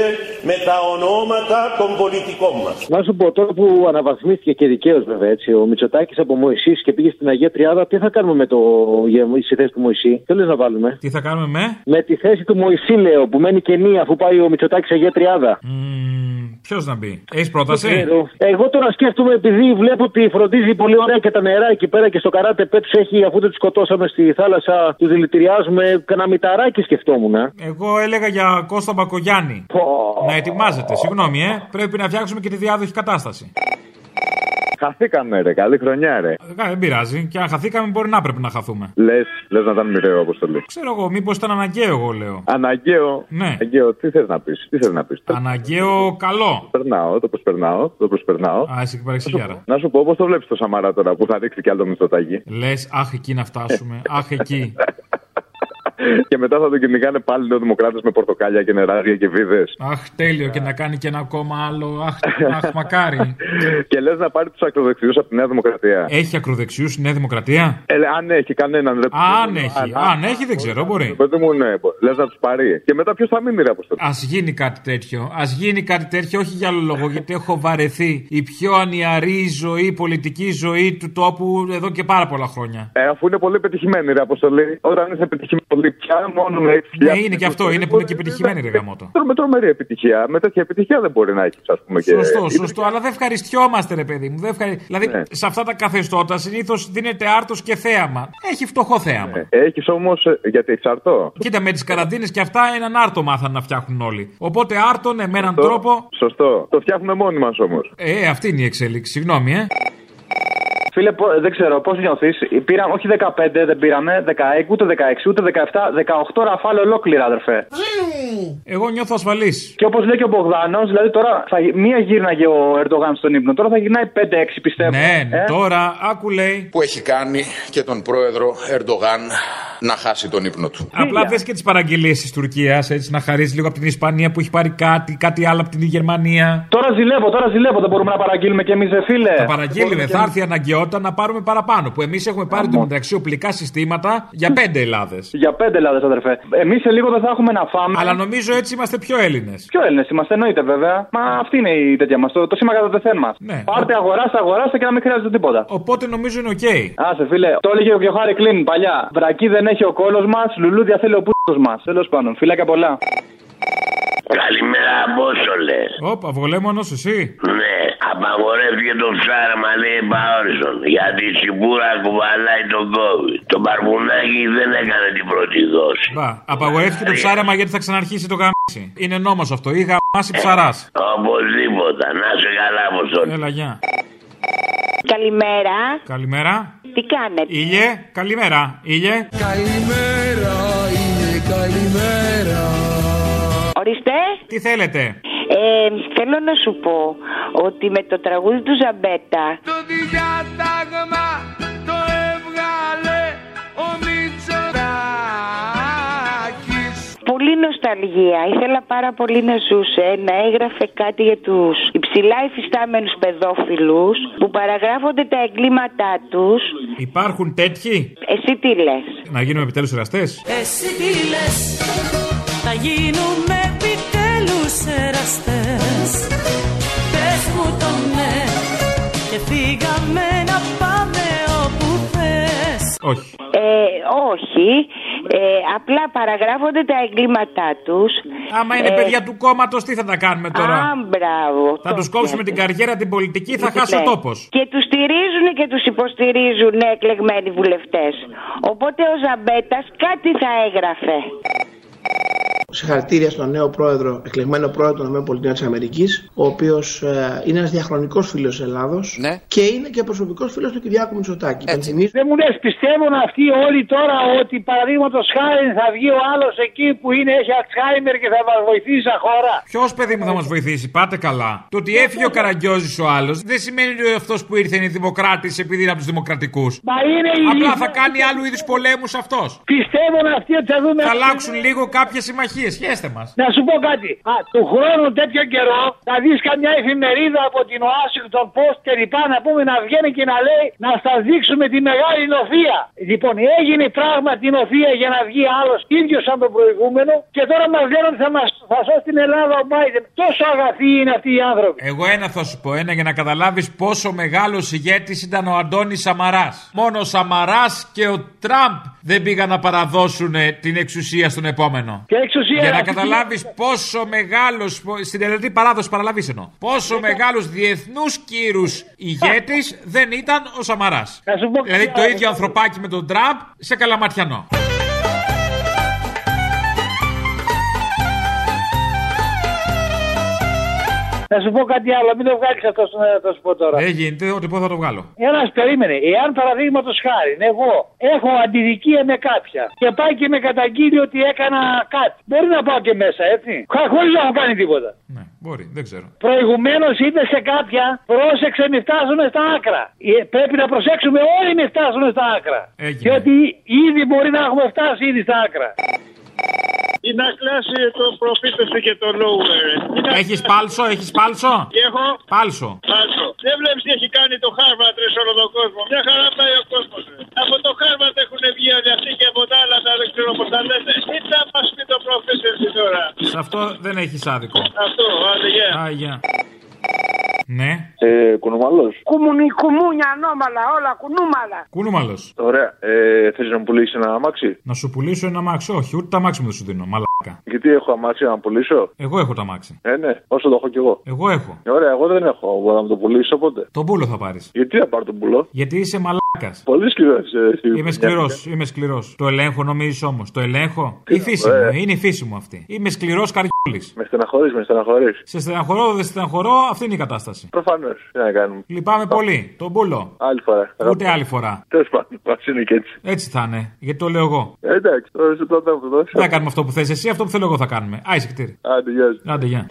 [SPEAKER 14] με τα ονόματα των πολιτικών μας.
[SPEAKER 15] Να σου πω τώρα που αναβαθμίστηκε και δικαίως βέβαια έτσι, ο Μητσοτάκης από Μωυσή και πήγε στην Αγία Τριάδα, τι θα κάνουμε με το γε- στη θέση του Μωυσή, τι λες να βάλουμε.
[SPEAKER 2] Τι θα κάνουμε με,
[SPEAKER 15] Με τη θέση του Μωυσή, λέω, που μένει κενή αφού πάει ο Μητσοτάκης Αγία Τριάδα.
[SPEAKER 2] ποιος να μπει. Έχεις
[SPEAKER 15] Δεν
[SPEAKER 2] πρόταση.
[SPEAKER 15] ξέρω. Εγώ τώρα σκέφτομαι, επειδή βλέπω ότι φροντίζει πολύ ωραία και τα νερά εκεί πέρα και στο καράτε πέτ έχει, αφού δεν τους σκοτώσαμε στη θάλασσα, τους δηλητηριάζουμε. Κανα μηταράκι σκεφτόμουν.
[SPEAKER 2] Ναι.
[SPEAKER 15] ε.
[SPEAKER 2] Εγώ έλεγα για Κώστα Μπακογιάννη. Να ετοιμάζετε, συγγνώμη, ε. Πρέπει να φτιάξουμε και τη διάδοχη κατάσταση.
[SPEAKER 14] Χαθήκαμε, ρε. Καλή χρονιά, ρε.
[SPEAKER 2] Ε, Δεν πειράζει. Και αν χαθήκαμε, μπορεί να πρέπει να χαθούμε.
[SPEAKER 14] Λες λες να ήταν μοιραίο, αποστολή.
[SPEAKER 2] Ξέρω εγώ, μήπως ήταν αναγκαίο, εγώ λέω.
[SPEAKER 14] Αναγκαίο.
[SPEAKER 2] Ναι.
[SPEAKER 14] Αναγκαίο, τι θες να πεις. Τι θες να πεις.
[SPEAKER 2] Αναγκαίο καλό.
[SPEAKER 14] Περνάω, το προσπερνάω, το προσπερνάω.
[SPEAKER 2] Α, εσύ παρεξηγιάρα.
[SPEAKER 14] Να σου πω πώς το βλέπεις το Σαμαρά τώρα που θα ρίξει κι άλλο μισθωτάκι.
[SPEAKER 2] Λες, αχ, εκεί να φτάσουμε. αχ, εκεί.
[SPEAKER 14] και μετά θα τον κυνηγάνε πάλι νεοδημοκράτε με πορτοκάλια και νεράγια και βίδες.
[SPEAKER 2] Αχ, τέλειο και να κάνει και ένα ακόμα άλλο. Αχ, αχ μακάρι.
[SPEAKER 14] και λες να πάρει τους ακροδεξιούς από τη Νέα Δημοκρατία.
[SPEAKER 2] Έχει ακροδεξιούς η Νέα Δημοκρατία.
[SPEAKER 14] Ε, αν έχει κανέναν. δεν-
[SPEAKER 2] Αν έχει, αν έχει δεν ξέρω, μπορεί.
[SPEAKER 14] Παιδί μου, ναι, λες να τους πάρει. Και μετά ποιος θα μείνει, ρε Αποστολή.
[SPEAKER 2] Ας γίνει κάτι τέτοιο. Ας γίνει κάτι τέτοιο, όχι για άλλο λόγο, γιατί έχω βαρεθεί. Η πιο ανιαρή ζωή, πολιτική ζωή του τόπου εδώ και πάρα πολλά χρόνια.
[SPEAKER 14] Ε, αφού είναι πολύ πετυχημένη, ρε Αποστολή. Όταν είσαι πετυχημένη πια, μόνο με 6.000.
[SPEAKER 2] Ναι, είναι και αυτό. Είναι που είναι και επιτυχημένη, ρε γαμότο.
[SPEAKER 14] Τρο- Με τρομερή επιτυχία. Με τέτοια επιτυχία δεν μπορεί να έχεις, ας πούμε. Και... Ναι.
[SPEAKER 2] Σωστό, σωστό. Αλλά δεν ευχαριστιόμαστε, ρε παιδί μου. Δεν ευχαρι... Δηλαδή, σε αυτά τα καθεστώτα συνήθως δίνεται άρτος και θέαμα. Έχει φτωχό
[SPEAKER 14] Ναι.
[SPEAKER 2] θέαμα.
[SPEAKER 14] Έχεις όμως. ε, Γιατί εξαρτώ.
[SPEAKER 2] Κοίτα, με τις καραντίνες και αυτά έναν άρτο μάθανε να φτιάχνουν όλοι. Οπότε άρτο, ναι, με έναν τρόπο.
[SPEAKER 14] Σωστό. Το φτιάχνουμε μόνοι μας όμως.
[SPEAKER 2] Ε, αυτή είναι η εξέλιξη. Συγγνώμη, ε.
[SPEAKER 16] Φίλε, πο- δεν ξέρω πώς νιώθεις. Πήραμε, όχι 15, δεν πήραμε, 16, ούτε 16, ούτε 17, 18 ραφάλε ολόκληρα, αδερφέ.
[SPEAKER 2] Εγώ νιώθω ασφαλής.
[SPEAKER 16] Και όπως λέει και ο Μπογδάνος, δηλαδή τώρα θα, γι- μία γύρναγε ο Ερντογάν στον ύπνο, τώρα θα γυρνάει 5-6 πιστεύω.
[SPEAKER 2] Ναι,
[SPEAKER 14] Ε,
[SPEAKER 2] τώρα άκου λέει.
[SPEAKER 17] Που έχει κάνει και τον πρόεδρο Ερντογάν να χάσει τον ύπνο του.
[SPEAKER 2] Απλά δε και τις παραγγελίε της Τουρκίας, έτσι να χαρίζει λίγο από την Ισπανία που έχει πάρει κάτι, κάτι άλλο από την Γερμανία.
[SPEAKER 16] Τώρα ζηλεύω, τώρα ζηλεύω, δεν μπορούμε να παραγγείλουμε κι εμείς, δε φίλε.
[SPEAKER 2] Θα παραγγείλουμε,
[SPEAKER 16] Μπορούμε κι
[SPEAKER 2] θα έρθει η αναγκαιότητα να πάρουμε παραπάνω. Που εμείς έχουμε πάρει το μεταξύ οπλικά συστήματα για πέντε Ελλάδες.
[SPEAKER 16] Για πέντε Ελλάδες, αδερφέ. Εμείς σε λίγο δεν θα έχουμε να φάμε.
[SPEAKER 2] Αλλά νομίζω έτσι είμαστε πιο Έλληνες.
[SPEAKER 16] Ποιο Έλληνες είμαστε, εννοείται βέβαια. Μα αυτή είναι η τέτοια μας. Το, το σήμα κατά το θέμα μας.
[SPEAKER 2] Ναι.
[SPEAKER 16] Πάρτε, αγοράστε, αγοράστε και να μην χρειάζεται τίποτα.
[SPEAKER 2] Οπότε νομίζω είναι οκ.
[SPEAKER 16] Άσε, φίλε, το έλεγε ο Γιωχάρη Κλίν παλιά. Βρακή δεν έχει ο κόλος μας, λουλούδια θέλει ο πούτο μας. Τέλος πάντων, φιλάκια πολλά.
[SPEAKER 18] Καλημέρα, Απόστολε.
[SPEAKER 2] Όπα, βολέμονος εσύ.
[SPEAKER 18] Ναι, απαγορεύτηκε το ψάραμα, λέει Παόρισον. Γιατί η τσιμπούρα κουβαλάει τον COVID. Το παρμουνάκι δεν έκανε την πρώτη δόση.
[SPEAKER 2] Μπα, απαγορεύτηκε το ψάρεμα γιατί θα ξαναρχίσει το γαμίσι. Είναι νόμος αυτό. Ή γαμάσι ψαρά.
[SPEAKER 18] Οπωσδήποτε. Να σε καλά, Αποστολή.
[SPEAKER 2] Ναι. Έλα, γεια.
[SPEAKER 10] Καλημέρα.
[SPEAKER 2] Καλημέρα.
[SPEAKER 10] Τι κάνετε.
[SPEAKER 2] Ήλιε, καλημέρα. Ήλιε. Καλημέρα, ήλιε, καλημέρα.
[SPEAKER 10] Ορίστε.
[SPEAKER 2] Τι θέλετε.
[SPEAKER 10] Ε, θέλω να σου πω ότι με το τραγούδι του Ζαμπέτα
[SPEAKER 19] διάταγμα το έβγαλε ο Μητσοτάκης.
[SPEAKER 10] Πολύ νοσταλγία. Ήθελα πάρα πολύ να ζούσε να έγραφε κάτι για τους υψηλά υφιστάμενους παιδόφιλους που παραγράφονται τα εγκλήματά τους.
[SPEAKER 2] Υπάρχουν τέτοιοι.
[SPEAKER 10] Εσύ τι λες.
[SPEAKER 2] Να γίνουμε επιτέλους εραστές.
[SPEAKER 20] Εσύ τι λες, θα γίνουμε επιτέλους εραστές Πες μου το ναι και φύγαμε να πάμε όπου θες
[SPEAKER 2] Όχι.
[SPEAKER 10] Ε, όχι. Ε, απλά παραγράφονται τα εγκλήματά τους.
[SPEAKER 2] Άμα είναι
[SPEAKER 10] Ε,
[SPEAKER 2] παιδιά του κόμματος, τι θα τα κάνουμε
[SPEAKER 10] Α,
[SPEAKER 2] τώρα.
[SPEAKER 10] μπράβο.
[SPEAKER 2] Θα τους κόψουμε την καριέρα, την πολιτική, θα
[SPEAKER 10] Ναι.
[SPEAKER 2] χάσει ο τόπος.
[SPEAKER 10] Και τους στηρίζουν και τους υποστηρίζουν ναι, εκλεγμένοι βουλευτές. Οπότε ο Ζαμπέτας κάτι θα έγραφε.
[SPEAKER 21] Συγχαρητήρια στον νέο πρόεδρο, εκλεγμένο πρόεδρο των ΗΠΑ, της Αμερικής, ο οποίος ε, είναι ένας διαχρονικός φίλος της Ελλάδος και είναι και προσωπικός φίλος του Κυριάκου Μητσοτάκη.
[SPEAKER 5] Δεν μου λες, πιστεύουν αυτοί όλοι τώρα ότι παραδείγματος χάρη θα βγει ο άλλος εκεί που είναι, έχει Αλτσχάιμερ και θα μας βοηθήσει σαν χώρα. Ε.
[SPEAKER 2] Ποιος παιδί μου θα μας βοηθήσει, πάτε καλά. Το ότι έφυγε ο Καραγκιόζης ο άλλος δεν σημαίνει ότι αυτός που ήρθε είναι δημοκράτης επειδή είναι από τους δημοκρατικούς.
[SPEAKER 5] Μα είναι η
[SPEAKER 2] Απλά
[SPEAKER 5] λύση.
[SPEAKER 2] θα κάνει άλλου είδους πολέμους αυτός.
[SPEAKER 5] Πιστεύουν αυτοί ότι θα δούμε.
[SPEAKER 2] Θα αλλάξουν λίγο κάποιε συμμαχίε. Χαίστε μας.
[SPEAKER 5] Να σου πω κάτι. Α, του χρόνου τέτοιο καιρό θα δεις καμιά εφημερίδα από την Washington Post και λοιπά να πούμε να βγαίνει και να λέει να σα δείξουμε τη μεγάλη νοθεία. Λοιπόν, έγινε πράγματι νοθεία για να βγει άλλος ίδιος σαν τον προηγούμενο και τώρα μας λένε ότι θα, μας, θα σώσει την Ελλάδα ο Biden. Τόσο αγαθοί είναι αυτοί οι άνθρωποι.
[SPEAKER 2] Εγώ ένα θα σου πω, ένα για να καταλάβεις πόσο μεγάλος ηγέτης ήταν ο Αντώνης Σαμαράς. Μόνο ο Σαμαράς και ο Τραμπ δεν πήγαν να παραδώσουν ε, την εξουσία στον επόμενο.
[SPEAKER 5] Και εξουσία
[SPEAKER 2] Για να
[SPEAKER 5] αυτή-
[SPEAKER 2] καταλάβεις πόσο μεγάλος. Στην ελληνική παράδοση παραλαβή εννοώ.
[SPEAKER 11] Ναι.
[SPEAKER 2] Πόσο μεγάλος διεθνούς κύρους ηγέτης δεν ήταν ο Σαμαράς. Δηλαδή το ίδιο ανθρωπάκι με τον Τραμπ σε καλαματιανό.
[SPEAKER 22] Να σου πω κάτι άλλο, μην το βγάλεις αυτό στον αέρα, θα σου πω τώρα.
[SPEAKER 2] Δεν Ε, γίνεται, ό,τι πω θα το βγάλω.
[SPEAKER 22] Ένα περίμενε. Εάν παραδείγματος χάρη, ναι, εγώ έχω αντιδικία με κάποια και πάει και με καταγγείλει ότι έκανα κάτι. Μπορεί να πάω και μέσα, έτσι. Χωρίς να έχω κάνει τίποτα.
[SPEAKER 2] Ναι, μπορεί, δεν ξέρω.
[SPEAKER 22] Προηγουμένως είπε σε κάποια, πρόσεξε μην φτάσουμε στα άκρα. Ε, Πρέπει να προσέξουμε όλοι μην φτάσουμε στα άκρα.
[SPEAKER 2] Έγινε.
[SPEAKER 22] Διότι ήδη μπορεί να έχουμε φτάσει ήδη στα άκρα.
[SPEAKER 11] Τι να κλάσει ε, το προφήτε σου και το lower. ε. ρε. Τι να
[SPEAKER 2] Έχεις πάλσο, έχεις πάλσο.
[SPEAKER 11] κλάσει. Έχω
[SPEAKER 2] Πάλσο.
[SPEAKER 11] Άσο. Δεν βλέπεις τι έχει κάνει το Χάρβαρτ ρε σε όλο τον κόσμο. Μια χαρά πάει ο κόσμος. Από το Χάρβαρτ έχουν βγει όλοι αυτοί και από τα άλλα τα δεν ξέρω πώς τα λένε. Τι θα μας πει το προφήτε σου τώρα.
[SPEAKER 2] Σε αυτό δεν έχεις άδικο.
[SPEAKER 11] Αυτό, άντε γεια.
[SPEAKER 2] Α, γεια. Ναι.
[SPEAKER 14] Ε, Κουνομαλό.
[SPEAKER 1] Κουμουνι, κουμούνια, ανώμαλα, όλα κουνούμαλα.
[SPEAKER 2] Κούνομαλο.
[SPEAKER 14] Ωραία. Ε, Θες να μου πουλήσεις ένα αμάξι.
[SPEAKER 2] Να σου πουλήσω ένα αμάξι. Όχι, ούτε τα αμάξι μου δεν σου δίνω. Μαλάκα.
[SPEAKER 14] Γιατί έχω αμάξι να πουλήσω.
[SPEAKER 2] Εγώ έχω τα αμάξι.
[SPEAKER 14] Ε, ναι, όσο το έχω κι εγώ. Ε,
[SPEAKER 2] Εγώ έχω.
[SPEAKER 14] Ωραία, εγώ δεν έχω. Μπορώ να μου το πουλήσω ποτέ.
[SPEAKER 2] Τον πούλο θα πάρεις.
[SPEAKER 14] Γιατί να πάρω τον πουλό.
[SPEAKER 2] Γιατί είσαι μαλάκα.
[SPEAKER 14] Πολύ ε, σκληρό. Λοιπόν,
[SPEAKER 2] Είμαι σκληρό, είμαι σκληρός. Το ελέγχω νομίζεις όμως. Το ελέγχω. Η φύση μου,
[SPEAKER 14] Ε.
[SPEAKER 2] είναι η φύση μου αυτή. Είμαι σκληρός καριόλη.
[SPEAKER 14] Με στεναχωρείς, με στεναχωρείς.
[SPEAKER 2] Σε στεναχωρώ, δεν στεναχωρώ, αυτή είναι η κατάσταση.
[SPEAKER 14] Προφανώς. Τι να κάνουμε.
[SPEAKER 2] Λυπάμαι πολύ. Τον πούλο.
[SPEAKER 14] Άλλη φορά.
[SPEAKER 2] Ούτε άλλη φορά.
[SPEAKER 14] Τέλος πάντων, μα είναι και έτσι.
[SPEAKER 2] Έτσι θα είναι, γιατί το λέω εγώ.
[SPEAKER 14] Ε, Εντάξει, τώρα σε πρώτα μου δώσει.
[SPEAKER 2] Δεν θα κάνουμε αυτό που θες εσύ, αυτό που θέλω εγώ θα κάνουμε. Άισε κτήρι.
[SPEAKER 14] Άντε, γεια σου.
[SPEAKER 2] Άντε, γεια.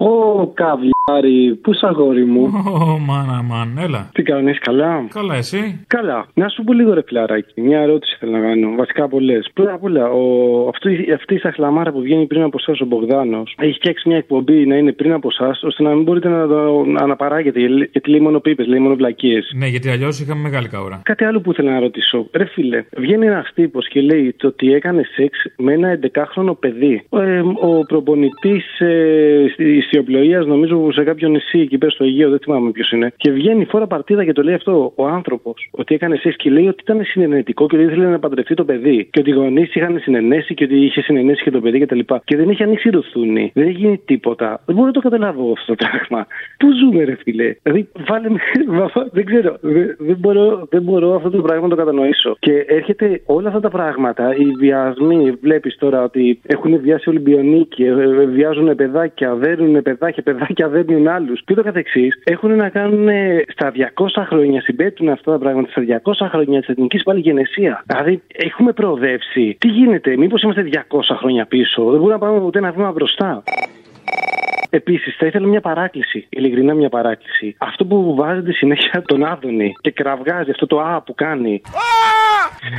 [SPEAKER 4] Ω, καβλιάρι, πού σ' αγόρι μου.
[SPEAKER 2] Ω, μάνα, μάνα, έλα.
[SPEAKER 4] Τι κάνεις, καλά.
[SPEAKER 2] Καλά, εσύ.
[SPEAKER 4] Καλά. Να σου πω λίγο ρε φιλαράκι. Μια ερώτηση θέλω να κάνω. Βασικά πολλέ. Πρώτα απ' όλα, ο... αυτή, αυτή η σαχλαμάρα που βγαίνει πριν από εσάς ο Μπογδάνος έχει φτιάξει μια εκπομπή να είναι πριν από εσάς, ώστε να μην μπορείτε να, το- να αναπαράγετε. Γιατί λέει μόνο πίπες, λέει μόνο βλακίες.
[SPEAKER 2] Ναι, γιατί αλλιώς είχαμε μεγάλη καούρα.
[SPEAKER 4] Κάτι άλλο που ήθελα να ρωτήσω. Ρε φίλε, βγαίνει ένας τύπος και λέει το ότι έκανε σεξ με ένα 11χρονο παιδί. Ε, ο προπονητής ε, ιστιοπλοείας, νομίζω σε κάποιο νησί εκεί πέρα στο Αιγαίο, δεν θυμάμαι ποιος είναι. Και βγαίνει φορά παρτίδα και το λέει αυτό ο άνθρωπος. Ότι έκανε σεξ και λέει ότι ήταν συνενετικό και ότι ήθελε να παντρευτεί το παιδί. Και ότι οι γονείς είχαν συνενέσει και ότι είχε συνενέσει και το παιδί κτλ. Και, τα λοιπά. και δεν είχε ανοίξει ρουθούνη. Δεν έχει γίνει τίποτα. Δεν μπορώ να το καταλάβω εγώ αυτό το πράγμα. Πού ζούμε, ρε φίλε. Δηλαδή, βάλε με. <laughs> δεν ξέρω. Δεν, δεν, μπορώ, δεν μπορώ αυτό το πράγμα να το κατανοήσω. Και έρχεται όλα αυτά τα πράγματα. Οι βιασμοί, βλέπεις τώρα ότι έχουν βιάσει Ολυμπιονίκη, ε, ε, βιάζουν παιδάκια, δέρνουν παιδάκια, παιδάκια δέρνουν άλλου. Και ούτω καθεξής. Έχουν να κάνουν ε, στα 200 χρόνια, συμπέτουν αυτά τα πράγματα στα 200 χρόνια της εθνικής πάλι γενεσία. Δηλαδή, έχουμε προοδεύσει. Τι γίνεται, μήπως είμαστε 200 χρόνια πίσω, δεν μπορούμε να πάμε ούτε ένα βήμα μπροστά. Επίσης, θα ήθελα μια παράκληση. Ειλικρινά, μια παράκληση. Αυτό που βάζετε συνέχεια τον Άδωνη και κραυγάζει αυτό το Α που κάνει.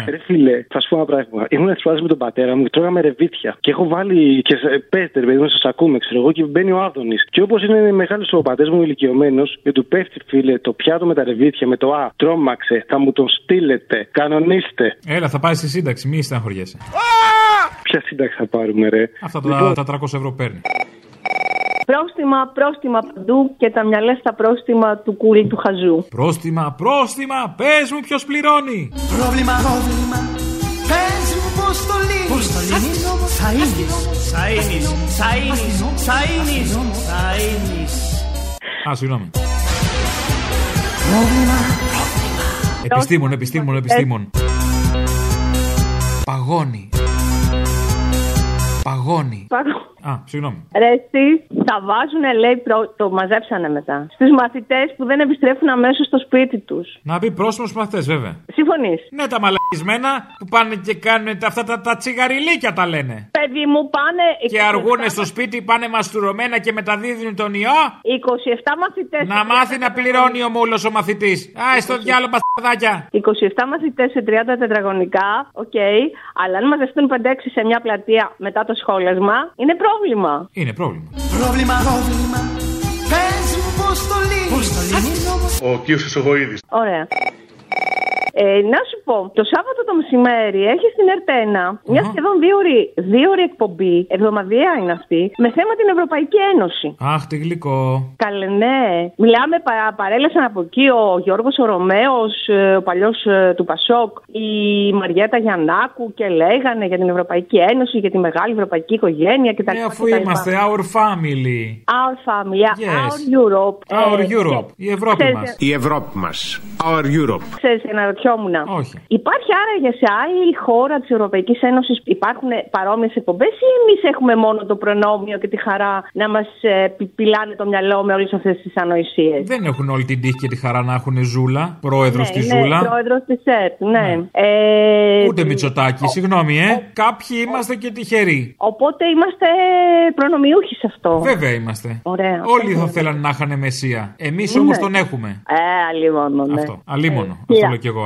[SPEAKER 4] Ρε φίλε, θα σου πω ένα πράγμα. Ήμουν εξωτερικό με τον πατέρα μου και τρώγαμε ρεβίτια. Και έχω βάλει και σε- πέστε, ρε παιδί μου, σας ακούμε, ξέρω εγώ, και μπαίνει ο Άδωνης. Και όπως είναι μεγάλος ο πατέρας μου ηλικιωμένος, και του πέφτει, φίλε, το πιάτο με τα ρεβίτια, με το Α, τρόμαξε, θα μου τον στείλετε, κανονίστε.
[SPEAKER 2] Έλα, θα πάει στη σύνταξη, μη στεναχωριέσαι.
[SPEAKER 4] Ποια σύνταξη θα πάρουμε, ρε.
[SPEAKER 2] Αυτά
[SPEAKER 4] Λοιπόν,
[SPEAKER 2] τα, τα 300 ευρώ παίρνει.
[SPEAKER 12] Πρόστιμα, πρόστιμα παντού και τα μυαλές στα πρόστιμα του κούλι του χαζού.
[SPEAKER 2] Πρόστιμα, πρόστιμα, πες μου ποιος πληρώνει.
[SPEAKER 6] Πρόβλημα, πρόβλημα. Πες μου πώς το λύνεις. Πώς το λύνεις. Σαΐνης. Σαΐνης. Σαΐνης. Σαΐνης. Σαΐνης.
[SPEAKER 2] Α, συγγνώμη.
[SPEAKER 6] Πρόβλημα. Ε.
[SPEAKER 2] Επιστήμον, επιστήμον, επιστήμον. Παγώνει. Παγώνει.
[SPEAKER 12] Παγώ-
[SPEAKER 2] Α, συγγνώμη.
[SPEAKER 12] Ρε εσείς, τα βάζουνε λέει, πρω- το μαζέψανε μετά. Στους μαθητές που δεν επιστρέφουν αμέσως στο σπίτι τους.
[SPEAKER 2] Να πει πρόστιμο στου μαθητές, βέβαια.
[SPEAKER 12] Συμφωνείς.
[SPEAKER 2] Ναι, τα μαλακισμένα που πάνε και κάνουν τα- αυτά τα, τα τσιγαριλίκια τα λένε.
[SPEAKER 12] Παιδί μου πάνε...
[SPEAKER 2] Και αργούνε στο σπίτι, πάνε μαστουρωμένα και μεταδίδουν τον ιό.
[SPEAKER 12] 27 μαθητές.
[SPEAKER 2] Να μάθει να πληρώνει ο μούλος ο μαθητής. Α, στο διάλογο, μπασταρδάκια.
[SPEAKER 12] 27 μαθητές σε 30 τετραγωνικά, οκ, αλλά αν μαζευτούν 5-6 σε μια πλατεία μετά το σχόλασμα, είναι πρόβλημα.
[SPEAKER 2] Είναι πρόβλημα.
[SPEAKER 6] Πρόβλημα, πρόβλημα. Πες μου πώς το λύνεις. Πώς το λύνεις.
[SPEAKER 23] Ο κύριος Ισογοίδη.
[SPEAKER 12] Ωραία. Ε, να σου πω, το Σάββατο το μεσημέρι έχεις στην ΕΡΤ1 μια σχεδόν δύο ώρη, δύο ώρη εκπομπή, εβδομαδιαία είναι αυτή, με θέμα την Ευρωπαϊκή Ένωση.
[SPEAKER 2] Αχ, τι γλυκό.
[SPEAKER 12] Καλέ, ναι. Μιλάμε, πα, παρέλασαν από εκεί ο Γιώργος ο Ρωμαίος, ε, ο παλιός ε, του Πασόκ, η Μαριέτα Γιαννάκου και λέγανε για την Ευρωπαϊκή Ένωση, για τη μεγάλη ευρωπαϊκή οικογένεια κτλ.
[SPEAKER 2] Ε, αφού είμαστε our family.
[SPEAKER 12] Our family,
[SPEAKER 2] Yes.
[SPEAKER 12] our Europe. ε,
[SPEAKER 2] Our Europe. Η Ευρώπη
[SPEAKER 12] ξέρετε-
[SPEAKER 2] μας.
[SPEAKER 21] Η Ευρώπη μας. Our Europe.
[SPEAKER 12] Ξέρεις, αναρωτιόμουν.
[SPEAKER 2] Όχι.
[SPEAKER 12] Υπάρχει άραγε σε άλλη χώρα της Ευρωπαϊκής Ένωσης, υπάρχουν παρόμοιες εκπομπές ή εμείς έχουμε μόνο το προνόμιο και τη χαρά να μας πιλάνε το μυαλό με όλες αυτές τις ανοησίες.
[SPEAKER 2] Δεν έχουν όλη την τύχη και τη χαρά να έχουν ζούλα, πρόεδρος
[SPEAKER 12] Ναι,
[SPEAKER 2] της ζούλα.
[SPEAKER 12] πρόεδρος της ΕΡΤ, ναι. Ε,
[SPEAKER 2] Ούτε Μητσοτάκη, συγγνώμη, ε. Κάποιοι είμαστε και τυχεροί.
[SPEAKER 12] Οπότε είμαστε προνομιούχοι σε αυτό.
[SPEAKER 2] Βέβαια είμαστε.
[SPEAKER 12] Ωραία.
[SPEAKER 2] Όλοι θα θέλαν να είχαν μεσία. Εμείς όμω
[SPEAKER 12] Ναι.
[SPEAKER 2] τον έχουμε.
[SPEAKER 12] Ε, αλίμονο, ναι.
[SPEAKER 2] Αυτό. Αλίμονο.
[SPEAKER 12] Ε,
[SPEAKER 2] Αυτό λέω κι εγώ,